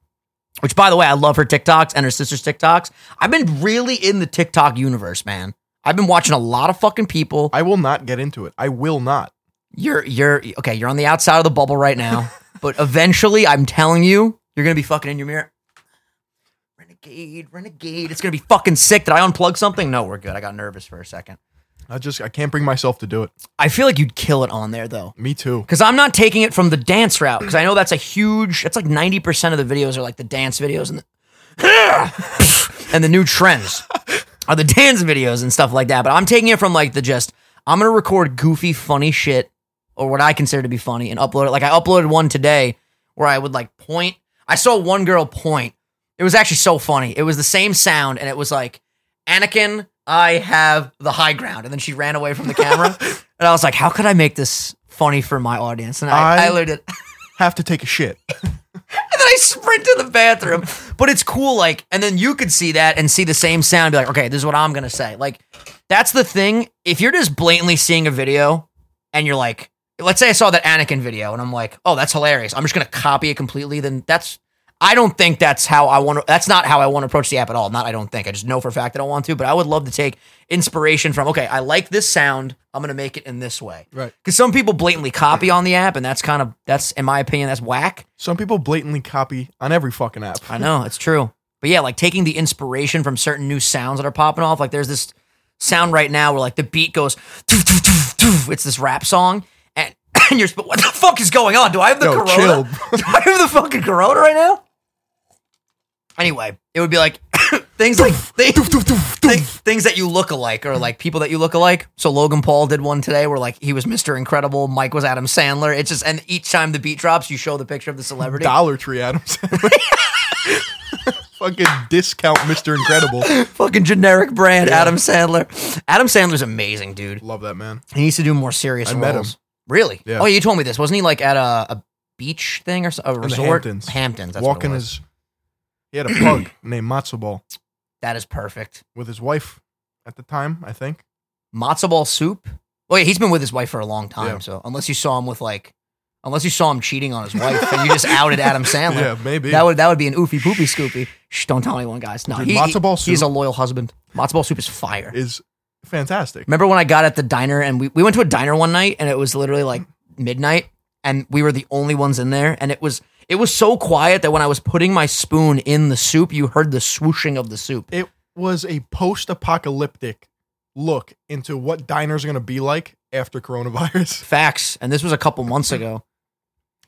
A: Which, by the way, I love her TikToks and her sister's TikToks. I've been really in the TikTok universe, man. I've been watching a lot of fucking people.
B: I will not get into it. I will not.
A: You're you're okay, you're on the outside of the bubble right now. but eventually, I'm telling you, you're gonna be fucking in your mirror. Renegade, renegade. It's gonna be fucking sick. Did I unplug something? No, we're good. I got nervous for a second.
B: I just I can't bring myself to do it.
A: I feel like you'd kill it on there though.
B: Me too.
A: Cause I'm not taking it from the dance route. Cause I know that's a huge that's like 90% of the videos are like the dance videos and the and the new trends are the dance videos and stuff like that. But I'm taking it from like the just I'm gonna record goofy, funny shit or what I consider to be funny and upload it. Like I uploaded one today where I would like point. I saw one girl point. It was actually so funny. It was the same sound and it was like, Anakin, I have the high ground. And then she ran away from the camera. and I was like, how could I make this funny for my audience? And I, I,
B: I-
A: learned it.
B: Have to take a shit.
A: And then I sprint to the bathroom. But it's cool, like, and then you could see that and see the same sound, be like, okay, this is what I'm gonna say. Like, that's the thing. If you're just blatantly seeing a video and you're like, let's say I saw that Anakin video and I'm like, oh, that's hilarious. I'm just gonna copy it completely, then that's I don't think that's how I want to that's not how I want to approach the app at all. Not I don't think. I just know for a fact that I want to, but I would love to take inspiration from okay, I like this sound, I'm gonna make it in this way.
B: Right.
A: Because some people blatantly copy on the app, and that's kind of that's in my opinion, that's whack.
B: Some people blatantly copy on every fucking app.
A: I know it's true. But yeah, like taking the inspiration from certain new sounds that are popping off. Like there's this sound right now where like the beat goes, "Toof, toof, toof, toof." it's this rap song, and, and you're sp- what the fuck is going on? Do I have the
B: No,
A: corona?
B: chill.
A: Do I have the fucking corona right now? Anyway, it would be like things like thi- thi- things that you look alike or like people that you look alike. So Logan Paul did one today where like he was Mr. Incredible, Mike was Adam Sandler. It's just and each time the beat drops, you show the picture of the celebrity.
B: Dollar Tree Adams. Fucking discount Mr. Incredible.
A: Fucking generic brand, Adam Sandler. Adam Sandler's amazing, dude.
B: Love that man.
A: He needs to do more serious
B: I
A: roles.
B: met him.
A: Really?
B: Yeah.
A: Oh, you told me this. Wasn't he like at a, a beach thing or so- a resort?
B: Hamptons.
A: Hamptons. That's
B: Walking
A: what it was.
B: his he had a pug named Matzo Ball
A: That is perfect.
B: with his wife at the time, I think.
A: matzo ball soup. Oh yeah, he's been with his wife for a long time.
B: Yeah.
A: So unless you saw him with like, unless you saw him cheating on his wife, and you just outed Adam Sandler,
B: Yeah, maybe.
A: that would that would be an oofy poopy scoopy. Shh, don't tell anyone, guys. No,
B: Dude,
A: he,
B: matzo ball
A: He's
B: soup-
A: a loyal husband. Matzo ball soup is fire.
B: is fantastic.
A: Remember when I got at the diner and we, we went to a diner one night and it was literally like midnight and we were the only ones in there and it was it was so quiet that when I was putting my spoon in the soup, you heard the swooshing of the soup.
B: It was a post-apocalyptic look into what diners are going to be like after coronavirus.
A: Facts. And this was a couple months ago.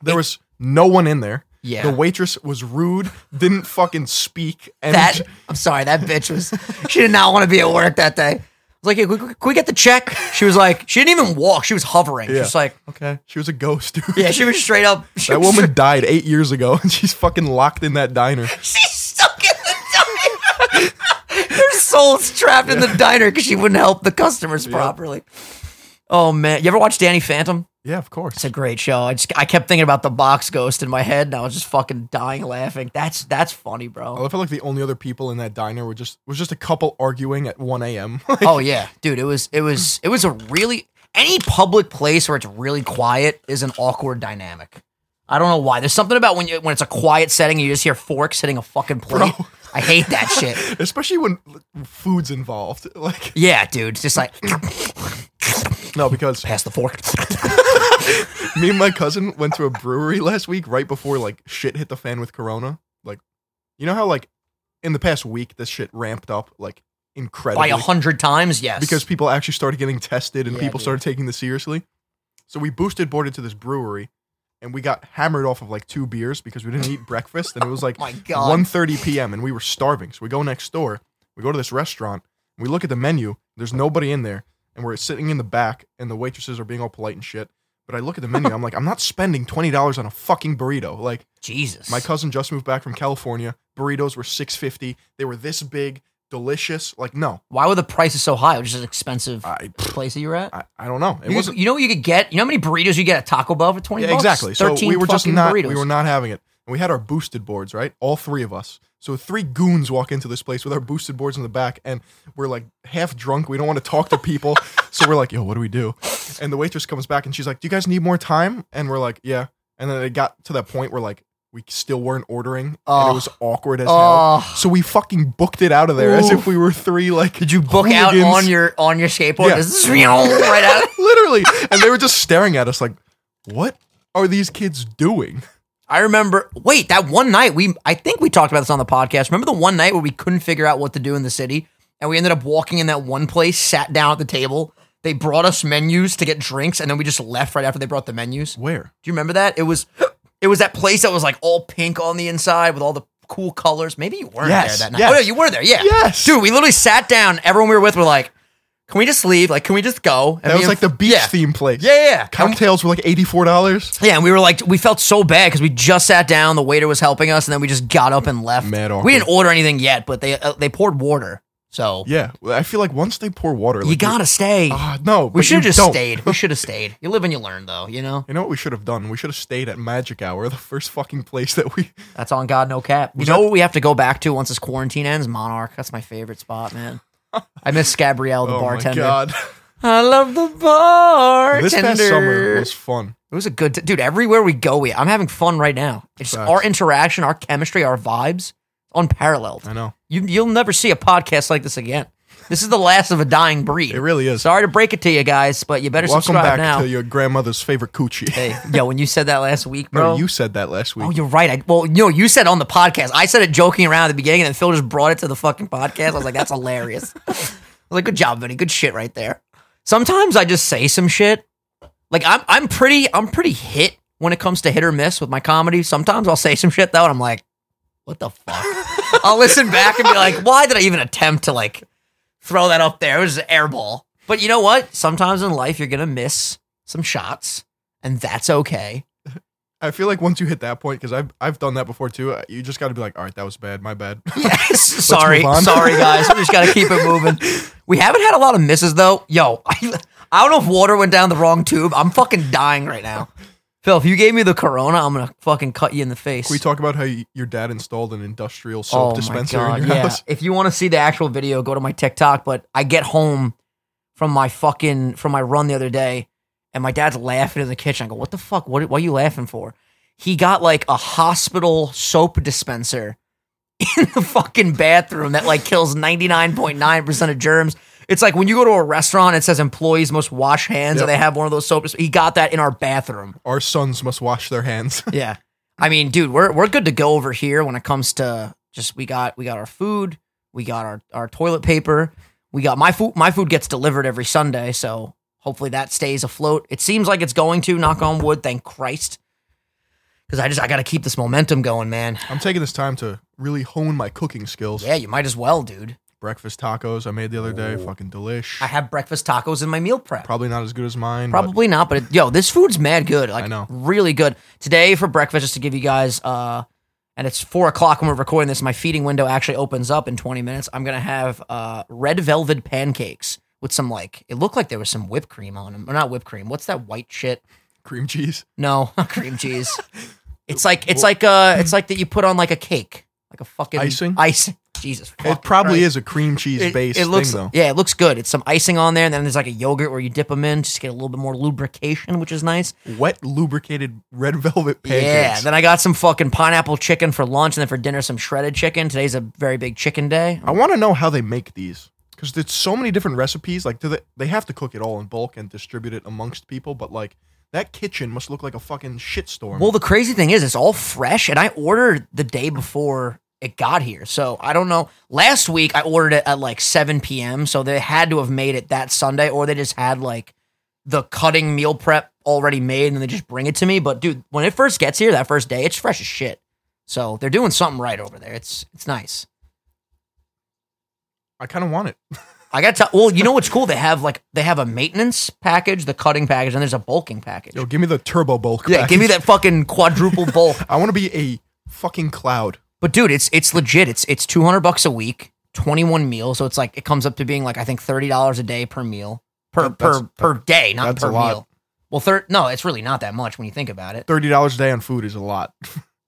B: There was no one in there.
A: Yeah.
B: The waitress was rude, didn't fucking speak, and
A: that I'm sorry, that bitch was she did not want to be at work that day. I was like, hey, can, we, can we get the check? She was like, she didn't even walk. She was hovering. She
B: Yeah.
A: was like,
B: okay, she was a ghost, dude.
A: yeah, she was straight up. She
B: that
A: was
B: woman died eight years ago, and she's fucking locked in that diner.
A: She's stuck in the diner. Her soul's trapped in the diner because she wouldn't help the customers properly. Oh man, you ever watch Danny Phantom?
B: Yeah, of course.
A: It's a great show. I just I kept thinking about the box ghost in my head, and I was just fucking dying laughing. That's that's funny,
B: I
A: bro.
B: felt like the only other people in that diner were just was just a couple arguing at 1 a.m. Like,
A: Oh yeah, dude, it was it was it was a really any public place where it's really quiet is an awkward dynamic. I don't know why. There's something about when you when it's a quiet setting and you just hear forks hitting a fucking plate.
B: Bro.
A: I hate that shit.
B: especially when food's involved. Like
A: Yeah, dude, it's just like
B: no, because
A: pass the fork.
B: me and my cousin went to a brewery last week right before like shit hit the fan with corona like you know how like in the past week this shit ramped up like
A: by
B: incredibly
A: a hundred times, yes.
B: because people actually started getting tested and
A: Yeah,
B: people
A: dude.
B: started taking this seriously so we boosted boarded to this brewery and we got hammered off of like two beers because we didn't eat breakfast and it was like
A: Oh my God.
B: 1.30 p.m and we were starving so we go next door we go to this restaurant we look at the menu there's nobody in there and we're sitting in the back and the waitresses are being all polite and shit but i look at the menu i'm like i'm not spending $20 on a fucking burrito like
A: Jesus,
B: my cousin just moved back from california burritos were 650 they were this big delicious like no
A: why were the prices so high? It was just an expensive
B: i
A: place that you were at.
B: i, I don't know it
A: you,
B: wasn't
A: you know what you could get? You know how many burritos you get at Taco Bell for twenty
B: Yeah,
A: bucks?
B: exactly. So
A: Thirteen
B: we were just
A: fucking
B: not
A: burritos.
B: we were not having it. And we had our boosted boards, right? All three of us. So three goons walk into this place with our boosted boards in the back, and we're like half drunk. We don't want to talk to people, so we're like, "Yo, what do we do?" And the waitress comes back and she's like, "Do you guys need more time?" And we're like, "Yeah." And then it got to that point where like we still weren't ordering, and
A: Oh.
B: it was awkward as
A: Oh.
B: hell. So we fucking booked it out of there as if we were three like. Did you
A: book out on your on your skateboard.
B: Yeah.
A: This is right out.
B: literally? And they were just staring at us like, "What are these kids doing?"
A: I remember. Wait, that one night we I think we talked about this on the podcast. Remember the one night where we couldn't figure out what to do in the city, and we ended up walking in that one place, sat down at the table. They brought us menus to get drinks, and then we just left right after they brought the menus.
B: Where?
A: Do you remember that? It was it was that place that was like all pink on the inside with all the cool colors. Maybe you weren't
B: Yes,
A: there that night.
B: yes.
A: Oh, no, you were there. Yeah.
B: Yes.
A: Dude, we literally sat down. Everyone we were with were like, "Can we just leave? Like, can we just go?" And
B: That
A: me
B: was
A: and-
B: like the beach
A: yeah.
B: theme place.
A: Yeah, yeah, yeah. And-
B: Cocktails were like eighty four dollars.
A: yeah, and we were like, we felt so bad because we just sat down. The waiter was helping us, and then we just got up and left.
B: Mad awkward.
A: we didn't order anything yet, but they uh, they poured water, so
B: Yeah, well, I feel like once they pour water, like
A: you gotta stay.
B: Ah, no,
A: we should have just
B: do
A: stayed. We should have stayed. You live and you learn, though. You know
B: You know what we should have done? We should have stayed at Magic Hour, the first fucking place that we.
A: that's on God no cap. You know what we have to go back to once this quarantine ends? Monarch. That's my favorite spot, man. I miss Gabrielle, the
B: Oh
A: bartender.
B: my god,
A: I love the bartender.
B: this past summer was fun.
A: It was a good dude. Everywhere we go, we I'm having fun right now. It's
B: Facts.
A: our interaction, our chemistry, our vibes, unparalleled.
B: I know
A: You, you'll never see a podcast like this again. This is the last of a dying breed.
B: it really is.
A: Sorry to break it to you guys, but you better
B: Welcome
A: subscribe
B: back
A: now.
B: to your grandmother's favorite coochie.
A: hey, yo, when you said that last week, bro.
B: no, you said that last week.
A: oh, you're right. I, well, no, you said on the podcast. I said it joking around at the beginning, and then Phil just brought it to the fucking podcast. I was like, that's hilarious. I was like, good job, Vinny. Good shit right there. Sometimes I just say some shit. Like I'm, I'm pretty, I'm pretty hit when it comes to hit or miss with my comedy. Sometimes I'll say some shit though, and I'm like, what the fuck? I'll listen back and be like, why did I even attempt to like throw that up there? It was an air ball. But you know what? Sometimes in life you're gonna miss some shots, and that's okay.
B: I feel like once you hit that point, because I've I've done that before too. uh, You just got to be like, all right, that was bad, my bad.
A: Yes. sorry,
B: move on.
A: sorry guys. We just gotta keep it moving. We haven't had a lot of misses though. Yo, I, I don't know if water went down the wrong tube. I'm fucking dying right now. Phil, if you gave me the corona, I'm gonna fucking cut you in the face.
B: we talk about how y your dad installed an industrial soap dispenser
A: Oh my God,
B: in your
A: yeah.
B: house.
A: If you want to see the actual video, go to my TikTok. But I get home from my fucking from my run the other day, and my dad's laughing in the kitchen. I go, "What the fuck? What? What are you laughing for?" He got like a hospital soap dispenser in the fucking bathroom that like kills ninety nine point nine percent of germs. It's like when you go to a restaurant, it says employees must wash hands,
B: Yep.
A: and they have one of those soaps. He got that in our bathroom.
B: Our sons must wash their hands.
A: Yeah. I mean, dude, we're we're good to go over here when it comes to just we got we got our food, we got our, our toilet paper, we got my food my food gets delivered every Sunday, so hopefully that stays afloat. It seems like it's going to, knock on wood, thank Christ. Cause I just I gotta keep this momentum going, man.
B: I'm taking this time to really hone my cooking skills.
A: Yeah, you might as well, dude.
B: Breakfast tacos I made the other day, fucking delish.
A: I have breakfast tacos in my meal prep.
B: Probably not as good as mine. but
A: Probably not, but it, yo, this food's mad good. Like,
B: I know.
A: really good. Today for breakfast, just to give you guys, uh, and it's four o'clock when we're recording this. My feeding window actually opens up in twenty minutes. I'm gonna have uh, red velvet pancakes with some like it looked like there was some whipped cream on them, or not whipped cream. What's that white shit?
B: cream cheese.
A: No, not cream cheese. it's like it's like uh, it's like that you put on like a cake, like a fucking
B: Icing?
A: Icing. Jesus,
B: It probably is a cream cheese based
A: it looks,
B: thing though.
A: Yeah, it looks good. It's some icing on there, and then there's like a yogurt where you dip them in, just to get a little bit more lubrication, which is nice.
B: Wet lubricated red velvet
A: Yeah.
B: pancakes.
A: Then I got some fucking pineapple chicken for lunch, and then for dinner some shredded chicken. Today's a very big chicken day.
B: I want to know how they make these because there's so many different recipes. Like, do they they have to cook it all in bulk and distribute it amongst people? But like that kitchen must look like a fucking shitstorm.
A: Well, the crazy thing is, it's all fresh, and I ordered the day before it got here. So I don't know. Last week I ordered it at like 7 p.m. So they had to have made it that Sunday, or they just had like the cutting meal prep already made, and they just bring it to me. But dude, when it first gets here, that first day, it's fresh as shit. So they're doing something right over there. It's it's nice.
B: I kind of want it.
A: I got to. Well, you know what's cool? They have like they have a maintenance package, the cutting package, and there's a bulking package.
B: Yo, give me the turbo bulk.
A: yeah, give me
B: package.
A: that fucking quadruple bulk.
B: I want to be a fucking cloud.
A: But dude, it's it's legit. It's it's two hundred bucks a week, twenty one meals. So it's like it comes up to being like I think thirty dollars a day per meal per
B: That-
A: per
B: that's-
A: per day, not
B: that's
A: per
B: a lot.
A: meal. Well, thir- no, it's really not that much when you think about it.
B: Thirty dollars a day on food is a lot.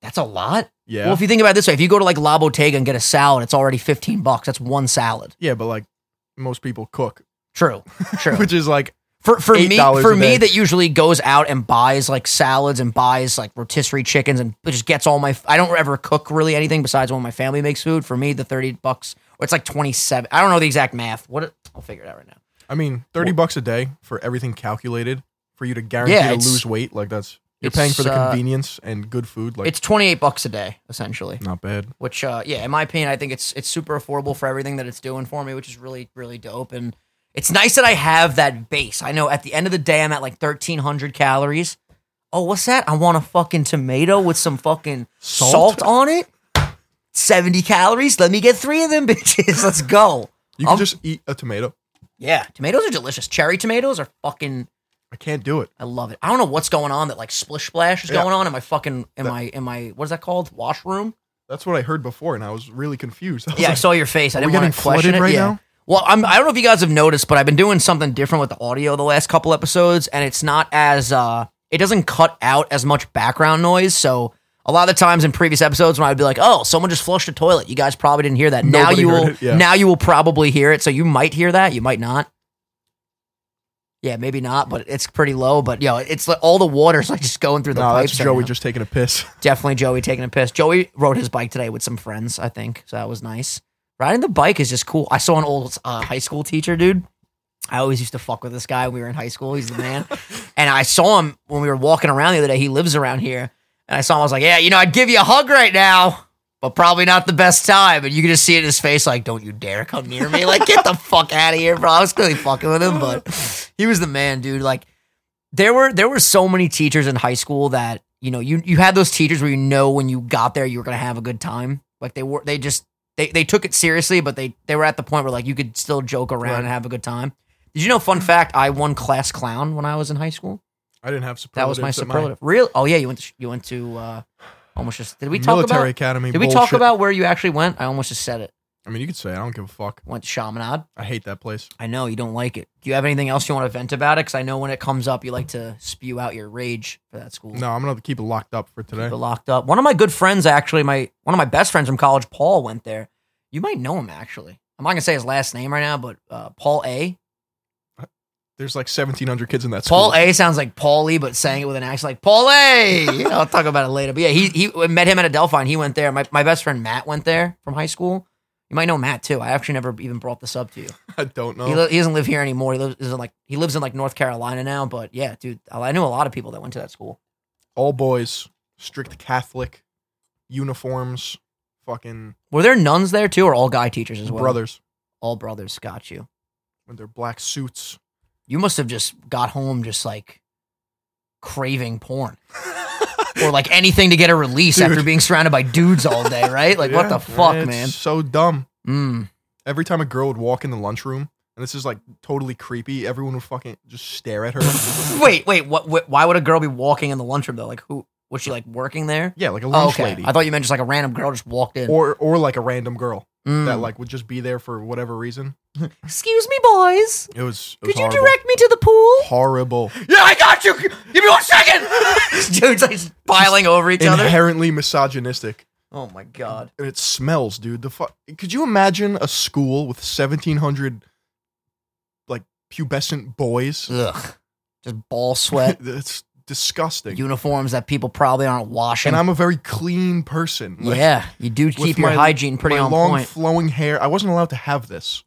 A: That's a lot.
B: yeah.
A: Well, if you think about it this way, if you go to like La Bottega and get a salad, it's already fifteen bucks. That's one salad.
B: yeah, but like most people cook,
A: True, true.
B: which is like
A: For for me
B: $8
A: for
B: a
A: me
B: day.
A: that usually goes out and buys like salads and buys like rotisserie chickens and just gets all my I don't ever cook really anything besides when my family makes food. For me the 30 bucks or it's like 27. I don't know the exact math. What it- I'll figure it out right now.
B: I mean, thirty bucks a day for everything calculated for you to guarantee
A: Yeah,
B: to
A: it's-
B: lose weight. Like that's you're
A: it's,
B: paying for the
A: uh,
B: convenience and good food. Like
A: It's 28 bucks a day essentially,
B: not bad.
A: which uh yeah, in my opinion I think it's it's super affordable for everything that it's doing for me, which is really really dope and it's nice that I have that base. I know at the end of the day I'm at like 1300 calories. Oh, what's that? I want a fucking tomato with some fucking salt,
B: Salt?
A: on it. 70 calories. Let me get three of them bitches. Let's go.
B: You can
A: Um,
B: just eat a tomato.
A: Yeah, tomatoes are delicious. Cherry tomatoes are fucking
B: I can't do it.
A: I love it. I don't know what's going on that like splish splash is
B: Yeah.
A: going on in my fucking in my in my what is that called? Washroom?
B: That's what I heard before, and I was really confused. I was
A: Yeah, I
B: like,
A: saw your face. I
B: we
A: didn't want to
B: getting flooded
A: question it.
B: right
A: yeah.
B: now?
A: Well, I'm, I don't know if you guys have noticed, but I've been doing something different with the audio the last couple episodes, and it's not as uh, it doesn't cut out as much background noise. So a lot of the times in previous episodes, when I would be like, "Oh, someone just flushed a toilet," you guys probably didn't hear that. now
B: Nobody
A: you
B: heard
A: will.
B: it, yeah.
A: Now you will probably hear it. So you might hear that. You might not. Yeah, maybe not, but it's pretty low. But yo, it's like all the water's like just going through the
B: no,
A: pipes.
B: that's
A: right
B: Joey
A: now.
B: just taking a piss.
A: Definitely Joey taking a piss. Joey rode his bike today with some friends, I think. So that was nice. Riding the bike is just cool. I saw an old uh, high school teacher, dude. I always used to fuck with this guy. when We were in high school. He's the man. and I saw him when we were walking around the other day. He lives around here. And I saw him. I was like, yeah, you know, I'd give you a hug right now, but probably not the best time. And you could just see it in his face, like, don't you dare come near me. Like, get the fuck out of here, bro. I was clearly fucking with him, but he was the man, dude. Like, there were there were so many teachers in high school that you know you you had those teachers where you know when you got there you were gonna have a good time, Like they were, they just they, they took it seriously, but they they were at the point where like you could still joke around
B: Right.
A: and have a good time. Did you know? Fun fact: I won class clown when I was in high school.
B: I didn't have
A: That was
B: superlatives.
A: my
B: at
A: superlative. Real? Oh yeah, you went to, sh- you went to uh, almost just. Did we talk
B: military
A: about?
B: academy.
A: Did we talk
B: bullshit.
A: about where you actually went? I almost just said it.
B: I mean, you could say I don't give a fuck.
A: Went to Chaminade.
B: I hate that place.
A: I know you don't like it. Do you have anything else you want to vent about it? Because I know when it comes up, you like to spew out your rage for that school.
B: No, I'm gonna keep it locked up for today.
A: They're locked up. One of my good friends, actually, my one of my best friends from college, Paul, went there. You might know him actually. I'm not gonna say his last name right now, but uh, Paul A.
B: There's like 1,700 kids in that school.
A: Paul A. sounds like Paulie, but saying it with an accent like Paul A. I'll talk about it later. But yeah, he he we met him at Adelphine. He went there. My my best friend Matt went there from high school. You might know Matt too. I actually never even brought this up to you.
B: I don't know.
A: He, li- he doesn't live here anymore. He lives is in like he lives in like North Carolina now. But yeah, dude, I I knew a lot of people that went to that school.
B: All boys, strict Catholic, uniforms, fucking
A: Were there nuns there too, or all guy teachers as well?
B: brothers
A: all brothers. Got you.
B: with their black suits.
A: you must have just got home just like craving porn or like anything to get a release
B: Dude.
A: after being surrounded by dudes all day, right? Like what
B: Yeah,
A: the fuck,
B: it's
A: man?
B: So dumb.
A: Mm.
B: Every time a girl would walk in the lunchroom, and this is like totally creepy. Everyone would fucking just stare at her.
A: Wait, wait, what, what? Why would a girl be walking in the lunchroom though? Like who? Was she like working there?
B: yeah, like a
A: Oh,
B: lunch
A: okay.
B: lady,
A: I thought you meant just like a random girl just walked in.
B: or or like a random girl
A: Mm.
B: that like would just be there for whatever reason.
A: Excuse me, boys.
B: It was. It was
A: Could you
B: horrible.
A: direct me to the pool?
B: horrible?
A: Yeah, I got you. Give me one second. Dudes like piling over each other.
B: Inherently misogynistic.
A: Oh my god.
B: and it smells, dude. The fu- could you imagine a school with seventeen hundred like pubescent boys?
A: Ugh. Just ball sweat.
B: It's disgusting.
A: uniforms that people probably aren't washing.
B: and I'm a very clean person. Like,
A: yeah, you do
B: with
A: keep your
B: my-
A: hygiene pretty
B: my
A: on
B: long,
A: point.
B: flowing hair. I wasn't allowed to have this.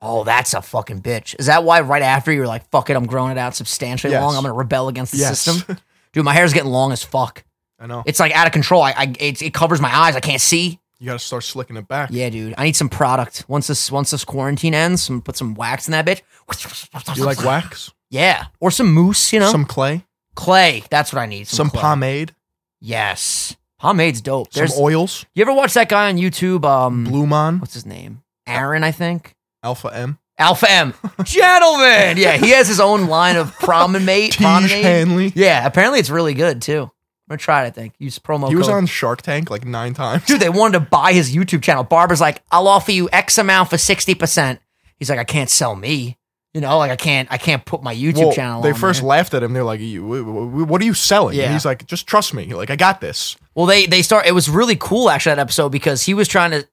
A: oh, that's a fucking bitch. Is that why right after you were like, fuck it, I'm growing it out substantially
B: Yes.
A: long. I'm gonna rebel against the
B: Yes.
A: system. Dude, my hair's getting long as fuck.
B: I know.
A: It's like out of control. I, I it's, it covers my eyes. I can't see.
B: You got to start slicking it back.
A: Yeah, dude. I need some product. Once this once this quarantine ends, I'm gonna put some wax in that bitch.
B: You like wax?
A: Yeah. Or some mousse, you know?
B: Some clay?
A: clay. That's what I need.
B: Some,
A: clay.
B: pomade?
A: Yes. Pomade's dope. There's
B: some oils?
A: you ever watch that guy on YouTube? Um
B: Blue Mon?
A: what's his name? Aaron, I think.
B: Alpha M?
A: Alpha M. Gentlemen. Yeah, he has his own line of promenade.
B: Tej
A: promenade.
B: Hanley?
A: Yeah, apparently it's really good too. I'm gonna try it, I think. Use promo
B: He was
A: code.
B: on Shark Tank like nine times.
A: Dude, they wanted to buy his YouTube channel. Barbara's like, I'll offer you X amount for sixty percent. He's like, I can't sell me. You know, like I can't I can't put my YouTube
B: Well,
A: channel
B: They
A: on
B: first
A: there.
B: laughed at him. They're like, "You- wh- wh- "What are you selling?"
A: Yeah.
B: And he's like, "Just trust me. Like, I got this."
A: Well, they they start. It was really cool actually that episode because he was trying to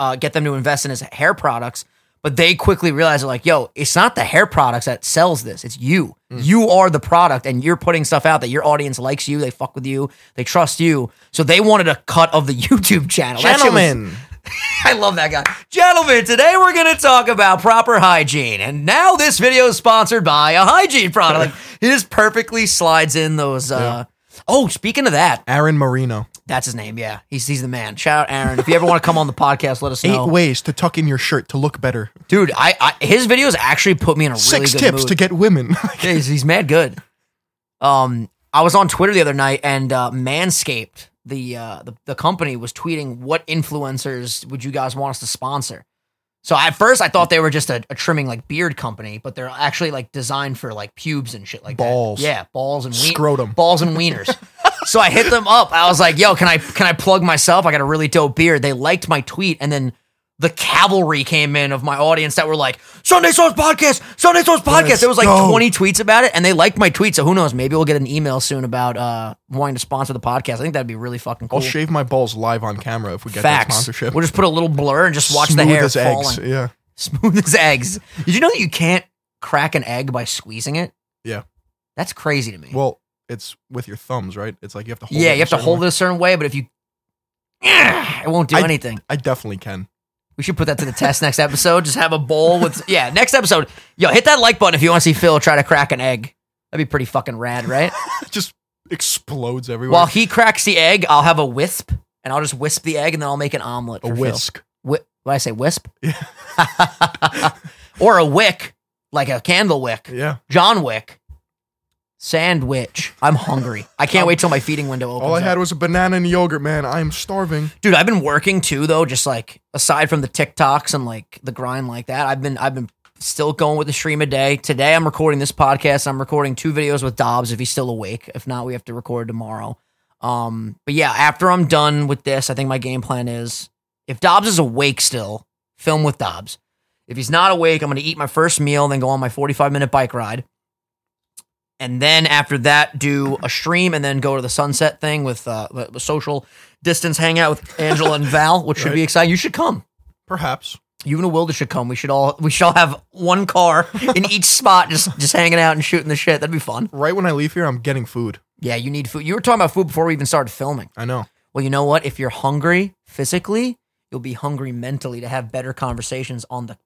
A: uh, get them to invest in his hair products, but they quickly realized like, yo, it's not the hair products that sells this. It's you. You are the product, and you're putting stuff out that your audience likes you. They fuck with you. They trust you. So they wanted a cut of the YouTube channel. That shit was-
B: Gentlemen,
A: I love that guy. Gentlemen, today we're going to talk about proper hygiene. And now this video is sponsored by a hygiene product. Like, he just perfectly slides in those. Uh, Oh, speaking of that,
B: Aaron Marino.
A: that's his name. Yeah, he's he's the man. Shout out Aaron. If you ever want to come on the podcast, let us
B: Eight
A: know,
B: ways to tuck in your shirt to look better.
A: dude. I, I his videos actually put me in a really
B: Six
A: good
B: tips
A: mood.
B: to get women.
A: Yeah, he's, he's mad good. Um, I was on Twitter the other night, and uh, Manscaped, the, uh, the the company, was tweeting, "What influencers would you guys want us to sponsor?" So at first, I thought they were just a, a trimming like beard company, but they're actually like designed for like pubes and shit like that.
B: Balls.
A: Yeah, balls and ween-
B: Scrotum.
A: balls and wieners. so I hit them up. I was like, "Yo, can I can I plug myself? I got a really dope beard." They liked my tweet, and then the cavalry came in of my audience that were like, "Sunday Source Podcast, Sunday Source Podcast."
B: Let's
A: there was like
B: go.
A: twenty tweets about it, and they liked my tweet. So who knows? Maybe we'll get an email soon about uh, wanting to sponsor the podcast. I think that'd be really fucking cool.
B: I'll shave my balls live on camera if we get that
A: Facts.
B: sponsorship.
A: We'll just put a little blur and just watch
B: Smooth
A: the hair
B: as
A: falling.
B: eggs. Yeah,
A: Smooth as eggs. Did you know that you can't crack an egg by squeezing it?
B: Yeah.
A: That's crazy to me.
B: well, it's with your thumbs, right? It's like you have to. hold
A: yeah,
B: it
A: you have to hold it a certain way, but if you, it won't do
B: I-
A: anything.
B: I definitely can.
A: We should put that to the test next episode. Just have a bowl with yeah. Next episode, yo, hit that like button if you want to see Phil try to crack an egg. That'd be pretty fucking rad, right?
B: It just explodes everywhere.
A: While he cracks the egg, I'll have a wisp and I'll just wisp the egg and then I'll make an omelet.
B: a
A: For
B: whisk.
A: Phil. Whi- what did I say? Wisp. or a wick, like a candle wick.
B: Yeah,
A: John Wick. Sandwich. I'm hungry. I can't wait till my feeding window opens.
B: Um, All I
A: up.
B: had was a banana and yogurt, man. I'm starving.
A: dude i've been working too though just like aside from the tiktoks and like the grind like that i've been i've been still going with the stream a day today i'm recording this podcast i'm recording two videos with dobbs if he's still awake if not we have to record tomorrow um but yeah after i'm done with this i think my game plan is if dobbs is awake still film with dobbs if he's not awake i'm gonna eat my first meal then go on my 45 minute bike ride and then after that do a stream and then go to the sunset thing with uh with- with social distance hangout with angela and val which should be exciting you should come
B: Perhaps.
A: you and wilda should come we should all we shall have one car in each spot just just hanging out and shooting the shit that'd be fun
B: Right when I leave here, I'm getting food.
A: yeah you need food you were talking about food before we even started filming
B: I know.
A: well you know what if you're hungry physically you'll be hungry mentally to have better conversations on the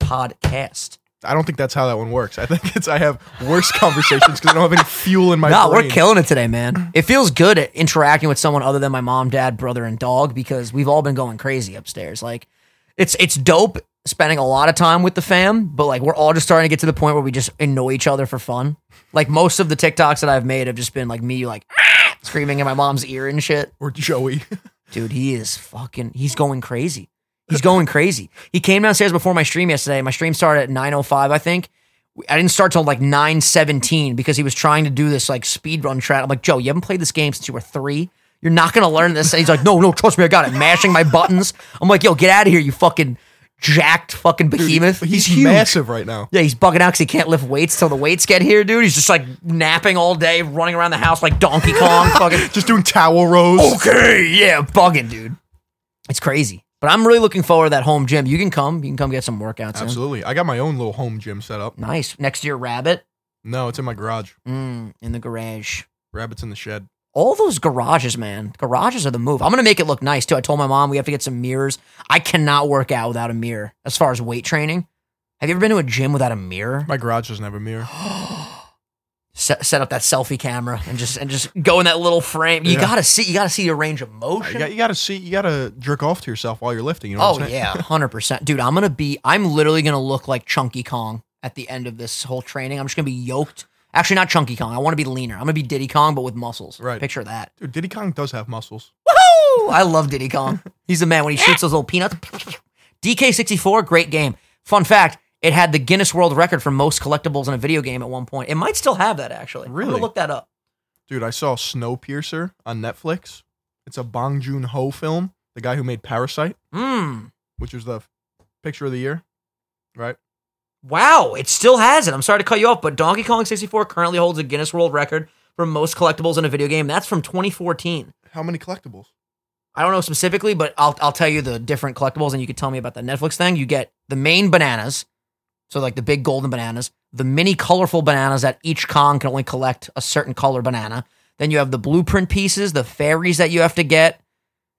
A: podcast
B: I don't think that's how that one works. I think it's I have worse conversations because I don't have any fuel in my
A: No,
B: brain.
A: we're killing it today, man. It feels good at interacting with someone other than my mom, dad, brother, and dog because we've all been going crazy upstairs. Like, it's it's dope spending a lot of time with the fam, but like we're all just starting to get to the point where we just annoy each other for fun. Like most of the TikToks that I've made have just been like me, like screaming in my mom's ear and shit.
B: Or Joey.
A: Dude, he is fucking. He's going crazy. He's going crazy. He came downstairs before my stream yesterday. My stream started at nine oh five, I think. I didn't start till like nine seventeen because he was trying to do this like speed run track. I'm like, Joe, you haven't played this game since you were three. You're not gonna learn this. And he's like, No, no, trust me, I got it. Mashing my buttons. I'm like, Yo, get out of here, you fucking jacked fucking behemoth.
B: He's,
A: huge.
B: massive right now.
A: Yeah, he's bugging out because he can't lift weights till the weights get here, dude. He's just like napping all day, running around the house like Donkey Kong, fucking
B: Just doing towel rows.
A: Oh, okay, yeah, bugging, dude. It's crazy. But I'm really looking forward to that home gym. You can come. You can come get some workouts in.
B: Absolutely. I got my own little home gym set up.
A: Nice. Next to your rabbit
B: No, it's in my garage.
A: mm, in the garage.
B: Rabbits in the shed.
A: All those garages, man. Garages are the move. I'm going to make it look nice, too. I told my mom we have to get some mirrors. I cannot work out without a mirror as far as weight training. Have you ever been to a gym without a mirror?
B: My garage doesn't have a mirror.
A: Set, set up that selfie camera and just and just go in that little frame. You
B: Yeah.
A: gotta see you gotta see your range of
B: You
A: motion.
B: got, you got to see. You got to jerk off to yourself while you're lifting. You know. What
A: Oh
B: I'm saying?
A: yeah, hundred percent, dude. I'm gonna be. I'm literally gonna look like Chunky Kong at the end of this whole training. I'm just gonna be yoked. Actually, not Chunky Kong. I want to be leaner. I'm gonna be Diddy Kong, but with muscles.
B: Right.
A: Picture that.
B: Dude, Diddy Kong does have muscles.
A: Woohoo! I love Diddy Kong. He's the man when he shoots those little peanuts. DK64, great game. Fun fact: it had the Guinness World Record for most collectibles in a video game at one point. It might still have that actually. I'm gonna
B: Really?
A: look that up.
B: Dude, I saw Snowpiercer on Netflix. It's a Bong Joon Ho film. The guy who made Parasite,
A: Hmm.
B: which was the picture of the year, right?
A: Wow, it still has it. I'm sorry to cut you off, but Donkey Kong 64 currently holds a Guinness World Record for most collectibles in a video game. That's from 2014.
B: How many collectibles?
A: I don't know specifically, but I'll I'll tell you the different collectibles, and you can tell me about the Netflix thing. You get the main bananas, so like the big golden bananas, the mini colorful bananas that each Kong can only collect a certain color banana. Then you have the blueprint pieces, the fairies that you have to get.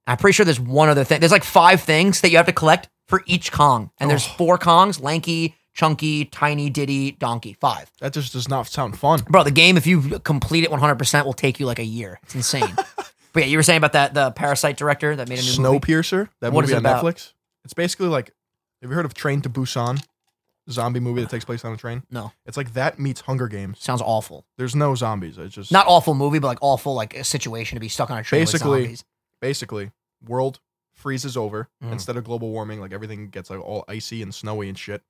A: I'm pretty sure there's one other thing. There's like five things that you have to collect for each Kong, and there's four Kongs: lanky, chunky, tiny, ditty, donkey. Five.
B: That just does not sound fun.
A: Bro, the game, if you complete it 100%, will take you like a year. It's insane. but yeah, you were saying about that, the Parasite director that made a new movie.
B: Snowpiercer, that
A: What is
B: movie
A: it
B: on
A: about?
B: Netflix. It's basically like, have you heard of Train to Busan? Zombie movie that takes place on a train.
A: No.
B: It's like that meets Hunger Games.
A: Sounds awful.
B: There's no zombies. It's just
A: Not awful movie, but like awful, like a situation to be stuck on a train
B: Basically-
A: with zombies.
B: basically world freezes over
A: Mm.
B: instead of global warming like everything gets like all icy and snowy and shit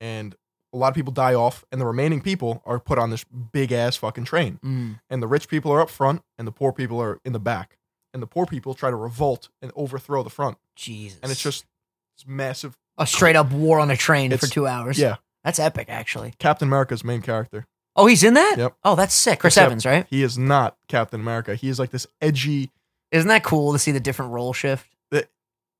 B: and a lot of people die off and the remaining people are put on this big ass fucking train
A: Mm.
B: and the rich people are up front and the poor people are in the back and the poor people try to revolt and overthrow the front
A: Jesus.
B: and it's just it's massive
A: a straight up war on a train for
B: It's-
A: two hours.
B: yeah
A: That's epic, actually.
B: captain america's main character
A: Oh, he's in that?
B: Yep.
A: Oh, that's sick. Chris
B: Except-
A: Evans, right?
B: he is not captain america he is like this edgy
A: Isn't that cool to see the different role shift?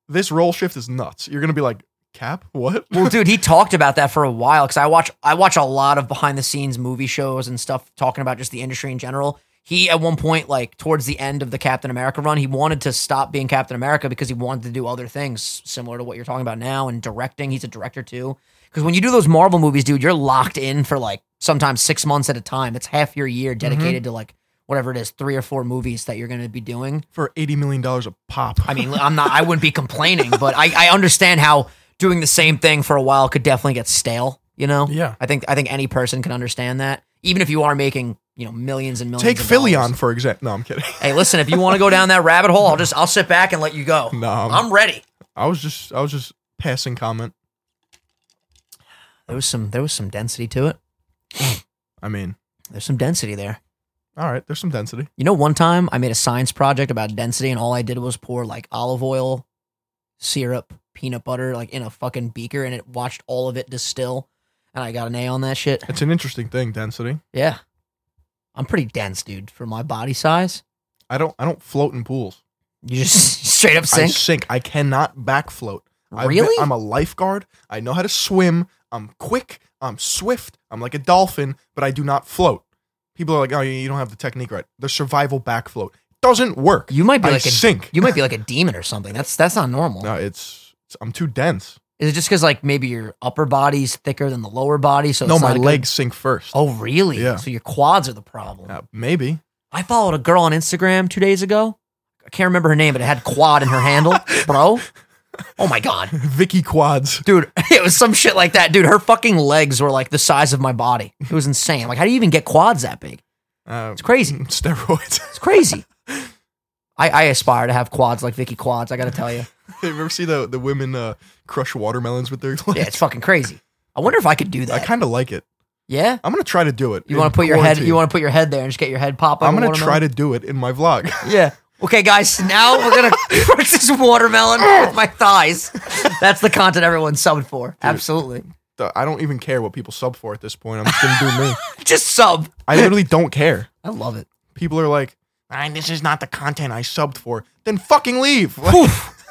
B: this role shift is nuts you're gonna be like cap what
A: Well, dude, he talked about that for a while because I watch I watch a lot of behind the scenes movie shows and stuff talking about just the industry in general. He at one point, like towards the end of the Captain America run, he wanted to stop being Captain America because he wanted to do other things similar to what you're talking about now and directing. He's a director too. Because when you do those Marvel movies, dude, you're locked in for like sometimes six months at a time. It's half your year dedicated to like whatever it is, three or four movies that you're going to be doing.
B: for 80 million dollars a pop
A: I mean, I'm not. I wouldn't be complaining, but I, I understand how doing the same thing for a while could definitely get stale. You know.
B: yeah
A: I think I think any person can understand that. Even if you are making you know millions and millions.
B: Take
A: of
B: Philly
A: dollars.
B: on, for example. No, I'm kidding.
A: Hey, listen, if you want to go down that rabbit hole, I'll just I'll sit back and let you go.
B: No, I'm-
A: I'm ready.
B: I was just I was just passing comment.
A: There was some there was some density to it.
B: I mean,
A: There's some density there.
B: all right, there's some density.
A: You know, one time I made a science project about density, and all I did was pour like olive oil, syrup, peanut butter, like in a fucking beaker, and it watched all of it distill. And I got an A on that shit.
B: It's an interesting thing, density.
A: Yeah. I'm pretty dense, dude, for my body size.
B: I don't I don't float in pools.
A: You just straight up
B: I
A: sink.
B: sink. I cannot back float. I've been-
A: Really?
B: I'm a lifeguard. I know how to swim. I'm quick. I'm swift. I'm like a dolphin, but I do not float. People are like, oh, you you don't have the technique right. The survival back float doesn't work.
A: You might be
B: I
A: like a
B: sink.
A: you might be like a demon or something. That's that's not normal.
B: no, it's, it's- I'm too dense.
A: Is it just because like maybe your upper body's thicker than the lower body? So
B: no,
A: it's
B: my
A: not a good-
B: legs sink first.
A: Oh, really?
B: Yeah.
A: So your quads are the problem.
B: Uh, maybe.
A: I followed a girl on Instagram two days ago. I can't remember her name, but it had quad in her handle, bro. Oh my god,
B: Vicky quads.
A: dude, it was some shit like that, dude. Her fucking legs were like the size of my body. It was insane. Like, how do you even get quads that big?
B: Uh,
A: It's crazy.
B: steroids.
A: It's crazy. I, I aspire to have quads like Vicky Quads. I gotta tell you,
B: you ever see the, the women uh, crush watermelons with their legs?
A: yeah, it's fucking crazy. I wonder if I could do
B: I
A: that.
B: kind of like it.
A: Yeah,
B: I'm gonna try to do it.
A: you
B: in
A: want to put your head,
B: quarantine.
A: you want to put your head there and just get your head pop. Like
B: I'm
A: a
B: gonna
A: watermelon?
B: try to do it in my vlog.
A: Yeah. Okay, guys, now we're going to crush this watermelon with my thighs. That's the content everyone's subbed for. Absolutely.
B: I don't even care what people sub for at this point. I'm just gonna do me.
A: Just sub.
B: I literally don't care.
A: I love it.
B: People are like, "Man, this is not the content I subbed for." Then fucking leave.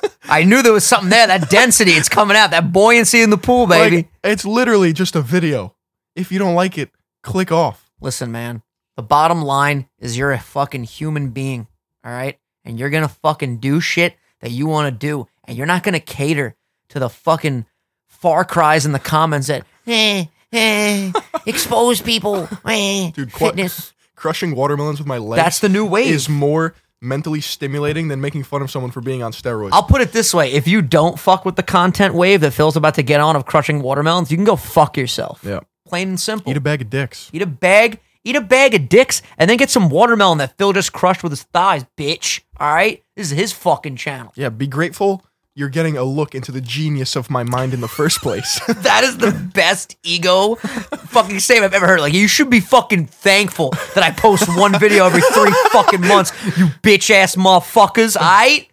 B: Like,
A: I knew there was something there. That density, it's coming out. That buoyancy in the pool,
B: like,
A: baby.
B: it's literally just a video. If you don't like it, click off.
A: Listen, man, the bottom line is you're a fucking human being, all right? And you're going to fucking do shit that you want to do. And you're not going to cater to the fucking far cries in the comments that, eh, eh, expose people, eh,
B: Dude, qu-
A: fitness.
B: Crushing watermelons with my legs
A: That's the new wave.
B: is more mentally stimulating than making fun of someone for being on steroids.
A: I'll put it this way: if you don't fuck with the content wave that Phil's about to get on of crushing watermelons, you can go fuck yourself.
B: yeah,
A: Plain and simple.
B: eat a bag of dicks.
A: Eat a bag, eat a bag of dicks, and then get some watermelon that Phil just crushed with his thighs, bitch. All right, this is his fucking channel.
B: Yeah, be grateful. You're getting a look into the genius of my mind in the first place.
A: That is the best ego fucking statement I've ever heard. Like, you should be fucking thankful that I post one video every three fucking months, you bitch ass motherfuckers. All right?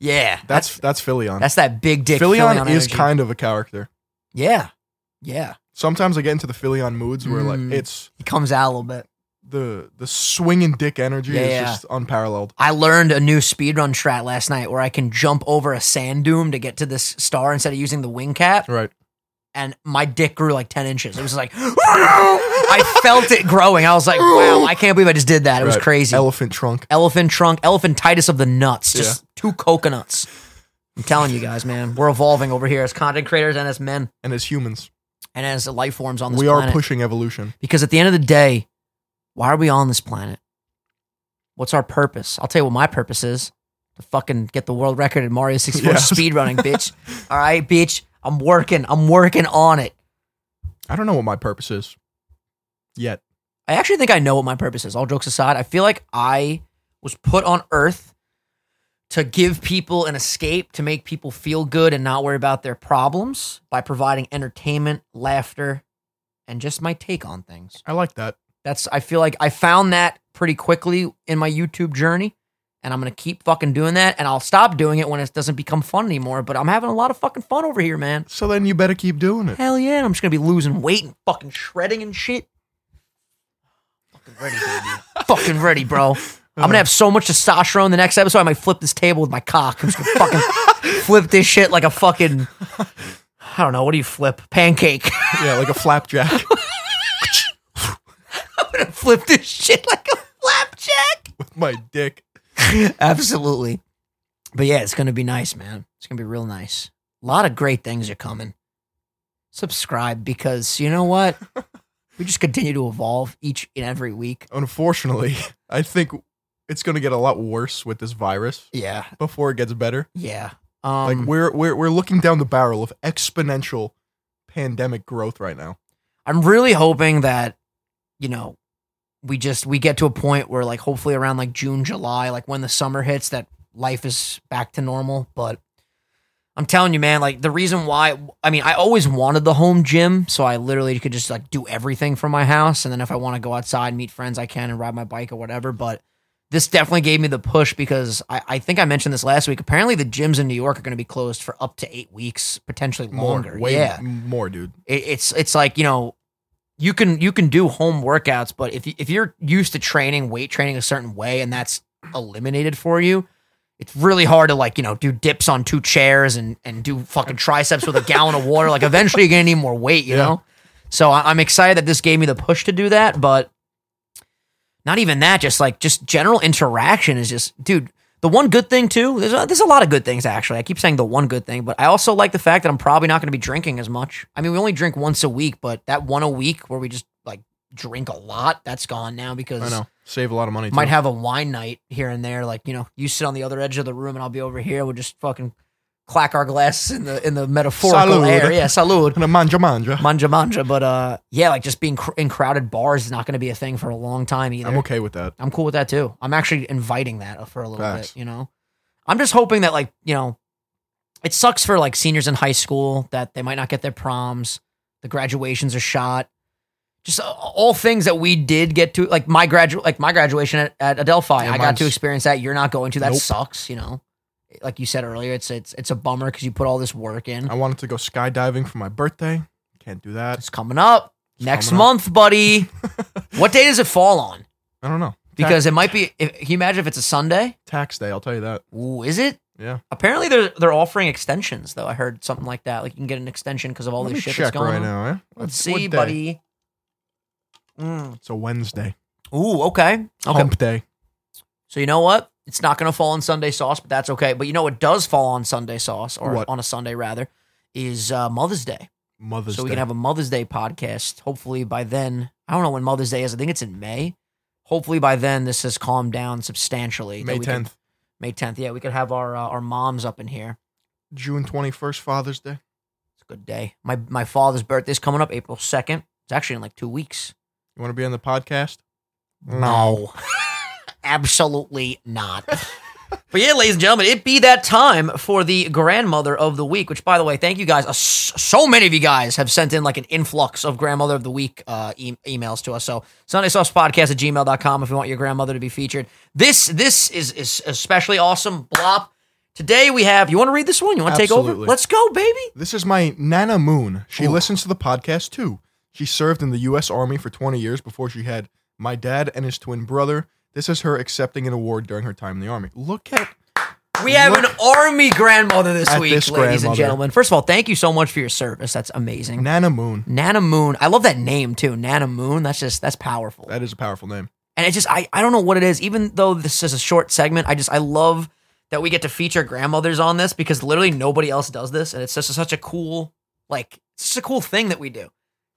A: Yeah.
B: that's that's Philion.
A: That's that big dick.
B: Philion is
A: energy.
B: kind of a character.
A: Yeah. Yeah.
B: Sometimes I get into the Philion moods where
A: Mm.
B: like it's
A: He comes out a little bit.
B: the the swinging dick energy is
A: Yeah.
B: just unparalleled.
A: I learned a new speedrun strat last night where I can jump over a sand dune to get to this star instead of using the wing cap,
B: Right.
A: and my dick grew like ten inches. It was like I felt it growing. I was like, wow, I can't believe I just did that. It was
B: Right.
A: crazy.
B: Elephant trunk.
A: elephant trunk, elephantitis of the nuts, just two coconuts. I'm telling you guys, man, we're evolving over here as content creators and as men
B: And as humans,
A: and as life forms on this
B: we
A: planet.
B: are pushing evolution.
A: Because at the end of the day, why are we on this planet? What's our purpose? I'll tell you what my purpose is to fucking get the world record in Mario 64
B: Yes.
A: speedrunning, bitch. All right, bitch. I'm working. I'm working on it.
B: I don't know what my purpose is yet.
A: I actually think I know what my purpose is. All jokes aside, I feel like I was put on earth to give people an escape, to make people feel good and not worry about their problems by providing entertainment, laughter, and just my take on things.
B: I like that.
A: That's I feel like I found that pretty quickly in my YouTube journey, and I'm gonna keep fucking doing that, and I'll stop doing it when it doesn't become fun anymore. But I'm having a lot of fucking fun over here, man.
B: So then you better keep doing it.
A: Hell yeah, and I'm just gonna be losing weight and fucking shredding and shit. Fucking ready, baby. fucking ready, bro. I'm gonna have so much testosterone the next episode. I might flip this table with my cock. I'm just gonna fucking flip this shit like a fucking. I don't know. What do you flip? Pancake.
B: Yeah, like a flapjack
A: I'm gonna flip this shit like a flapjack.
B: with my dick.
A: Absolutely. But yeah, it's going to be nice, man. It's going to be real nice. A lot of great things are coming. Subscribe because you know what? we just continue to evolve each and every week.
B: Unfortunately, I think it's going to get a lot worse with this virus
A: Yeah.
B: before it gets better.
A: Yeah. Um,
B: like we're we're we're looking down the barrel of exponential pandemic growth right now.
A: I'm really hoping that, you know, we just we get to a point where like hopefully around like June, July, like when the summer hits, that life is back to normal. But I'm telling you, man, like the reason why I mean, I always wanted the home gym, so I literally could just like do everything from my house, and then if I want to go outside, meet friends, I can and ride my bike or whatever. But this definitely gave me the push because I, I think I mentioned this last week. Apparently, the gyms in New York are going to be closed for up to eight weeks, potentially
B: More,
A: longer.
B: way
A: yeah,
B: more, dude.
A: it, it's it's like you know you can you can do home workouts but if you, if you're used to training weight training a certain way and that's eliminated for you it's really hard to like you know do dips on two chairs and and do fucking triceps with a gallon of water like eventually you're gonna need more weight you
B: Yeah.
A: know so I, i'm excited that this gave me the push to do that but not even that just like just general interaction is just dude the one good thing too there's a, there's a lot of good things actually i keep saying the one good thing but i also like the fact that i'm probably not going to be drinking as much i mean we only drink once a week but that one a week where we just like drink a lot that's gone now because
B: I know. Save a lot of money.
A: might
B: too.
A: have a wine night here and there like you know you sit on the other edge of the room and i'll be over here we'll just fucking clack our glasses in the in the metaphorical
B: Salud.
A: air yeah salud
B: And a manja manja.
A: manja manja but uh yeah like just being cr- in crowded bars is not going to be a thing for a long time either
B: I'm okay with that.
A: I'm cool with that too. I'm actually inviting that for a little
B: Facts.
A: bit, you know. I'm just hoping that like, you know, it sucks for like seniors in high school that they might not get their proms, the graduations are shot. Just a- all things that we did get to like my gradu like my graduation at, at Adelphi.
B: Yeah,
A: I got to
B: mine's-
A: experience that. You're not going to. That
B: Nope.
A: sucks, you know. Like you said earlier, it's it's it's a bummer cuz you put all this work in.
B: I wanted to go skydiving for my birthday. Can't do that.
A: It's coming up next
B: coming up.
A: month, buddy. what day does it fall on?
B: I don't know.
A: Because it might be if, can you imagine if it's a Sunday?
B: Tax day, I'll tell you that.
A: Ooh, is it?
B: Yeah.
A: Apparently they're they're offering extensions though. I heard something like that. Like you can get an extension because of all
B: Let
A: this
B: me
A: shit that's
B: check
A: going on.
B: right now, eh?
A: Let's
B: What
A: see,
B: day?
A: buddy. Mm.
B: It's a Wednesday.
A: Ooh, okay. Okay.
B: Hump day.
A: So you know what? It's not gonna fall on Sunday sauce, but that's okay. But you know what does fall on Sunday sauce, or
B: What?
A: on a Sunday rather, is uh, Mother's Day.
B: Mother's
A: so we
B: Day.
A: can have a Mother's Day podcast. Hopefully by then, I don't know when Mother's Day is. I think it's in May. Hopefully by then this has calmed down substantially. that
B: May
A: we can-
B: 10th.
A: May tenth. Yeah, we could have our uh, our moms up in here.
B: June 21st, Father's Day.
A: It's a good day. My my father's birthday's coming up April second. It's actually in like two weeks.
B: You want to be on the podcast?
A: Absolutely not. but yeah, ladies and gentlemen, it be that time for the grandmother of the week. Which, by the way, thank you guys. Uh, s- So many of you guys have sent in like an influx of grandmother of the week uh, e- emails to us. So Sunday Sauce Podcast at gmail.com if you want your grandmother to be featured. This this is is especially awesome. Blop. Today we have. You want to read this one? You want to take over?
B: Absolutely.
A: Let's go, baby.
B: This is my Nana Moon. She
A: Ooh.
B: listens to the podcast too. She served in the U.S. Army for 20 years before she had my dad and his twin brother. This is her accepting an award during her time in the Army. Look at
A: We have
B: Look
A: an army grandmother this
B: at
A: week,
B: this
A: ladies and
B: grandmother.
A: gentlemen. First of all, thank you so much for your service. That's amazing.
B: Nana Moon.
A: Nana Moon. I love that name too. Nana Moon. That's just that's powerful.
B: That is a powerful name.
A: and it just I, I don't know what it is. Even though this is a short segment, I just I love that we get to feature grandmothers on this because literally nobody else does this, and it's just such a cool like it's just a cool thing that we do.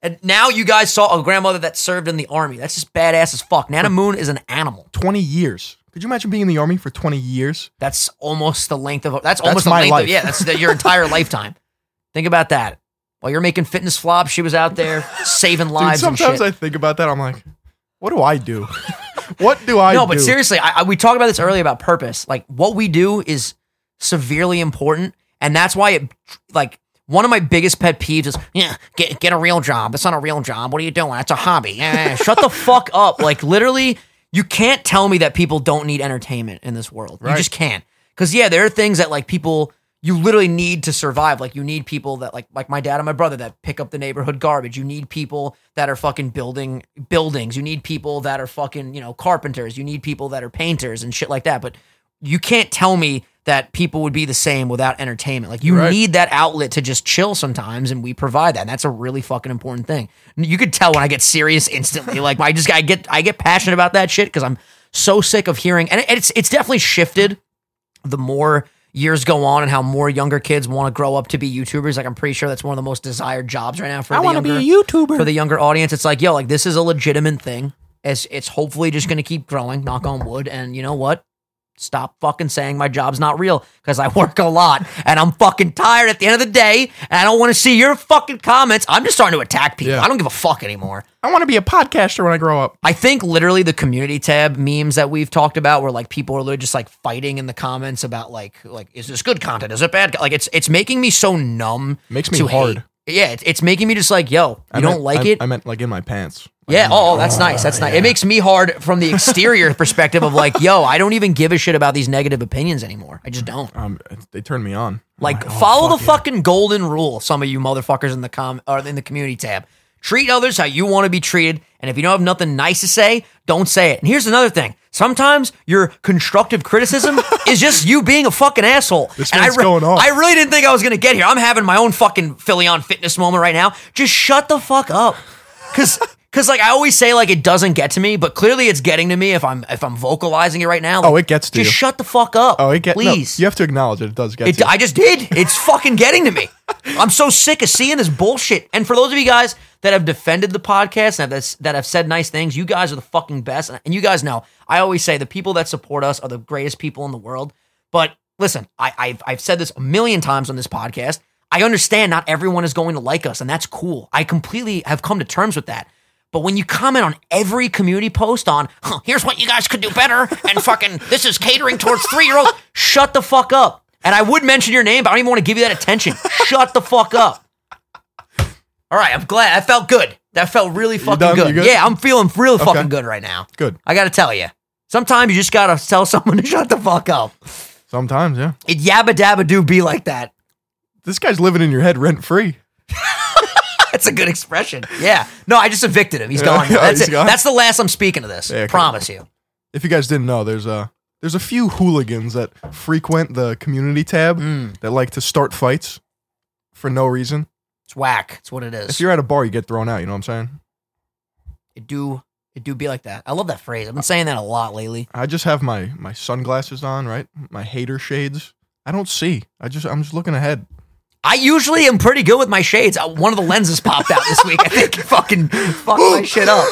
A: And now you guys saw a grandmother that served in the army. That's just badass as fuck. Nana Moon is an animal.
B: 20 years. Could you imagine being in the Army for 20 years?
A: That's almost the length of that's almost the
B: my
A: length
B: life.
A: of yeah, that's the, your entire lifetime. Think about that. While you're making fitness flops, she was out there saving
B: Dude,
A: lives and
B: sometimes
A: shit.
B: I think about that. I'm like, what do I do? what do I
A: no,
B: do?
A: but seriously, I, I, we talked about this earlier about purpose. Like what we do is severely important, and that's why it like one of my biggest pet peeves is yeah, get get a real job. It's not a real job. What are you doing? That's a hobby. Yeah, yeah, yeah. shut the fuck up. Like literally, you can't tell me that people don't need entertainment in this world. You
B: Right.
A: just can't. Because yeah, there are things that like people you literally need to survive. Like you need people that like like my dad and my brother that pick up the neighborhood garbage. You need people that are fucking building buildings. You need people that are fucking you know carpenters. You need people that are painters and shit like that. But you can't tell me that people would be the same without entertainment. Like you
B: Right.
A: need that outlet to just chill sometimes, and we provide that. And that's a really fucking important thing. And You could tell when I get serious instantly. like I just I get I get passionate about that shit because I'm so sick of hearing, and it- it's it's definitely shifted the more years go on and how more younger kids want to grow up to be YouTubers. Like I'm pretty sure that's one of the most desired jobs right now for the
B: wanna
A: younger
B: YouTuber.
A: for the younger audience. It's like, yo, like this is a legitimate thing. It's it's hopefully just gonna keep growing, knock on wood. And you know what? stop fucking saying my job's not real because I work a lot and I'm fucking tired at the end of the day and I don't want to see your fucking comments. I'm just starting to attack people.
B: Yeah.
A: I don't give a fuck anymore.
B: I want to be a podcaster when I grow up.
A: I think literally the community tab memes that we've talked about where like people are literally just like fighting in the comments about like like is this good content? Is it bad? co- Like it's it's making me so numb.
B: Makes me
A: to
B: hard.
A: hate. Yeah, it's, it's making me just like, yo, you
B: I
A: don't
B: meant-
A: like
B: I,
A: it?
B: I meant like in my pants.
A: Yeah. Oh, that's nice. That's nice. It makes me hard from the exterior perspective of like, yo, I don't even give a shit about these negative opinions anymore. I just don't.
B: Um, they turned me on. oh,
A: Like, follow the fucking golden rule. Some of you motherfuckers in the com or in the community tab, treat others how you want to be treated, and if you don't have nothing nice to say, don't say it. And here's another thing: sometimes your constructive criticism is just you being a fucking asshole.
B: This
A: and I
B: man's going off.
A: I really didn't think I was gonna get here. I'm having my own fucking Philly on fitness moment right now. Just shut the fuck up, because. Cause like I always say, like it doesn't get to me, but clearly it's getting to me if I'm if I'm vocalizing it right now. Like,
B: Oh, it gets to
A: just
B: you.
A: shut the fuck up.
B: Oh, it get, no,
A: please.
B: you have to acknowledge it. It does get
A: It,
B: to you.
A: I just did. It's fucking getting to me. I'm so sick of seeing this bullshit. And for those of you guys that have defended the podcast and have, that have said nice things, you guys are the fucking best. And you guys know, I always say the people that support us are the greatest people in the world. But listen, I, I've, I've said this a million times on this podcast. I understand not everyone is going to like us, and that's cool. I completely have come to terms with that. But when you comment on every community post on, huh, here's what you guys could do better, and fucking, this is catering towards three year olds, shut the fuck up. And I would mention your name, but I don't even want to give you that attention. shut the fuck up. All right, I'm glad. That felt good. That felt really fucking
B: done? You
A: good.
B: good?
A: Yeah, I'm feeling real fucking good right now.
B: Good.
A: I got to tell you. Sometimes you just got to tell someone to shut the fuck up.
B: Sometimes, yeah.
A: It yabba dabba do be like that.
B: This guy's living in your head rent free.
A: That's a good expression. Yeah. No, I just evicted him. He's gone.
B: Yeah,
A: That's
B: he's
A: it.
B: gone.
A: That's the last I'm speaking of this.
B: Yeah, okay.
A: Promise you.
B: If you guys didn't know, there's a there's a few hooligans that frequent the community tab
A: Hmm.
B: that like to start fights for no reason.
A: It's whack. It's what it
B: If
A: is.
B: you're at a bar, you get thrown out. You know what I'm saying?
A: It do it do be like that. I love that phrase. I've been saying that a lot lately.
B: I just have my my sunglasses on, right? My hater shades. I don't see. I just I'm just looking ahead.
A: I usually am pretty good with my shades. Uh, One of the lenses popped out this week. I think it fucking fucked my shit up.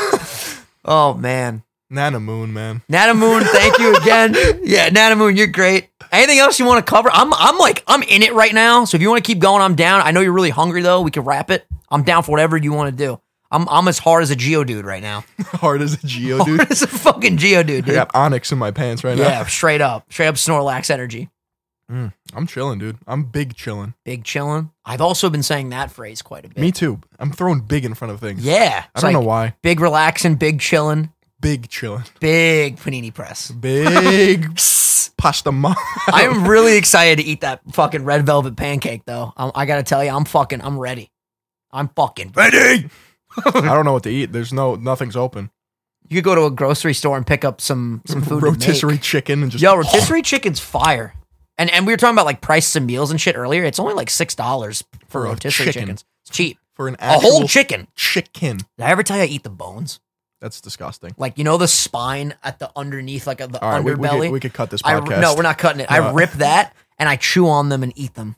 A: Oh man.
B: Nana Moon, man.
A: Nana Moon, thank you again. Yeah, Nana Moon, you're great. Anything else you want to cover? I'm I'm like I'm in it right now. So if you want to keep going, I'm down. I know you're really hungry though. We can wrap it. I'm down for whatever you want to do. I'm I'm as hard as a geo dude right now.
B: Hard as a geo, dude.
A: it's a fucking geo dude,
B: I
A: dude.
B: got onyx in my pants right
A: Oh, Yeah,
B: now.
A: straight up, straight up Snorlax energy.
B: I'm chilling, dude. I'm big chilling.
A: Big chillin'. I've also been saying that phrase quite a bit.
B: Me too. I'm throwing big in front of things.
A: Yeah.
B: I
A: It's
B: don't
A: like
B: know why.
A: Big relaxing, big chillin',
B: Big chilling.
A: big panini press.
B: Big pasta mom.
A: I'm really excited to eat that fucking red velvet pancake though. i I gotta tell you, I'm fucking, I'm ready. I'm fucking ready.
B: I don't know what to eat. There's no nothing's open.
A: You could go to a grocery store and pick up some some food. to make.
B: Rotisserie chicken and just
A: Yo, rotisserie chicken's fire. And and we were talking about like prices and meals and shit earlier. It's only like six dollars for
B: For a
A: rotisserie
B: Oh, chicken.
A: chickens. It's cheap.
B: for an
A: A
B: actual
A: whole chicken.
B: chicken.
A: Did I ever tell you I eat the bones?
B: That's disgusting.
A: Like you know the spine at the underneath, like of the
B: All right, we,
A: underbelly.
B: we, could, we could cut this
A: I,
B: podcast.
A: no, we're not cutting it. I
B: No.
A: rip that and I chew on them and eat them.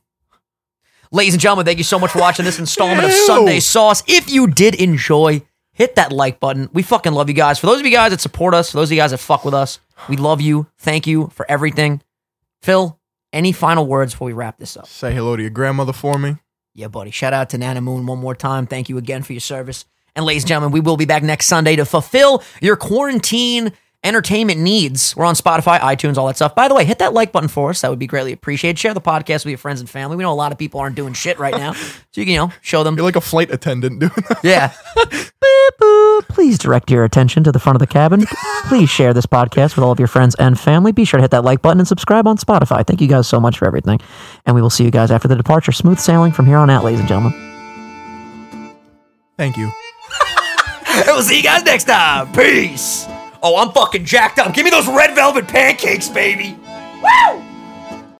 A: Ladies and gentlemen, thank you so much for watching this installment of
B: Ew.
A: Sunday Sauce. If you did enjoy, hit that like button. We fucking love you guys. For those of you guys that support us, for those of you guys that fuck with us, we love you. Thank you for everything. Phil, any final words before we wrap this up?
B: Say hello to your grandmother for me.
A: Yeah, buddy. Shout out to Nana Moon one more time. Thank you again for your service. And ladies and gentlemen, we will be back next Sunday to fulfill your quarantine entertainment needs. We're on Spotify, iTunes, all that stuff. By the way, hit that like button for us. That would be greatly appreciated. Share the podcast with your friends and family. We know a lot of people aren't doing shit right now. So you can, you know, show them
B: You're like a flight attendant doing that.
A: yeah. Beep, boop. Please direct your attention to the front of the cabin. Please share this podcast with all of your friends and family. Be sure to hit that like button and subscribe on Spotify. Thank you guys so much for everything. And we will see you guys after the departure. Smooth sailing from here on out, ladies and gentlemen.
B: Thank you.
A: And we'll see you guys next time. Peace. Oh, I'm fucking jacked up. Give me those red velvet pancakes, baby.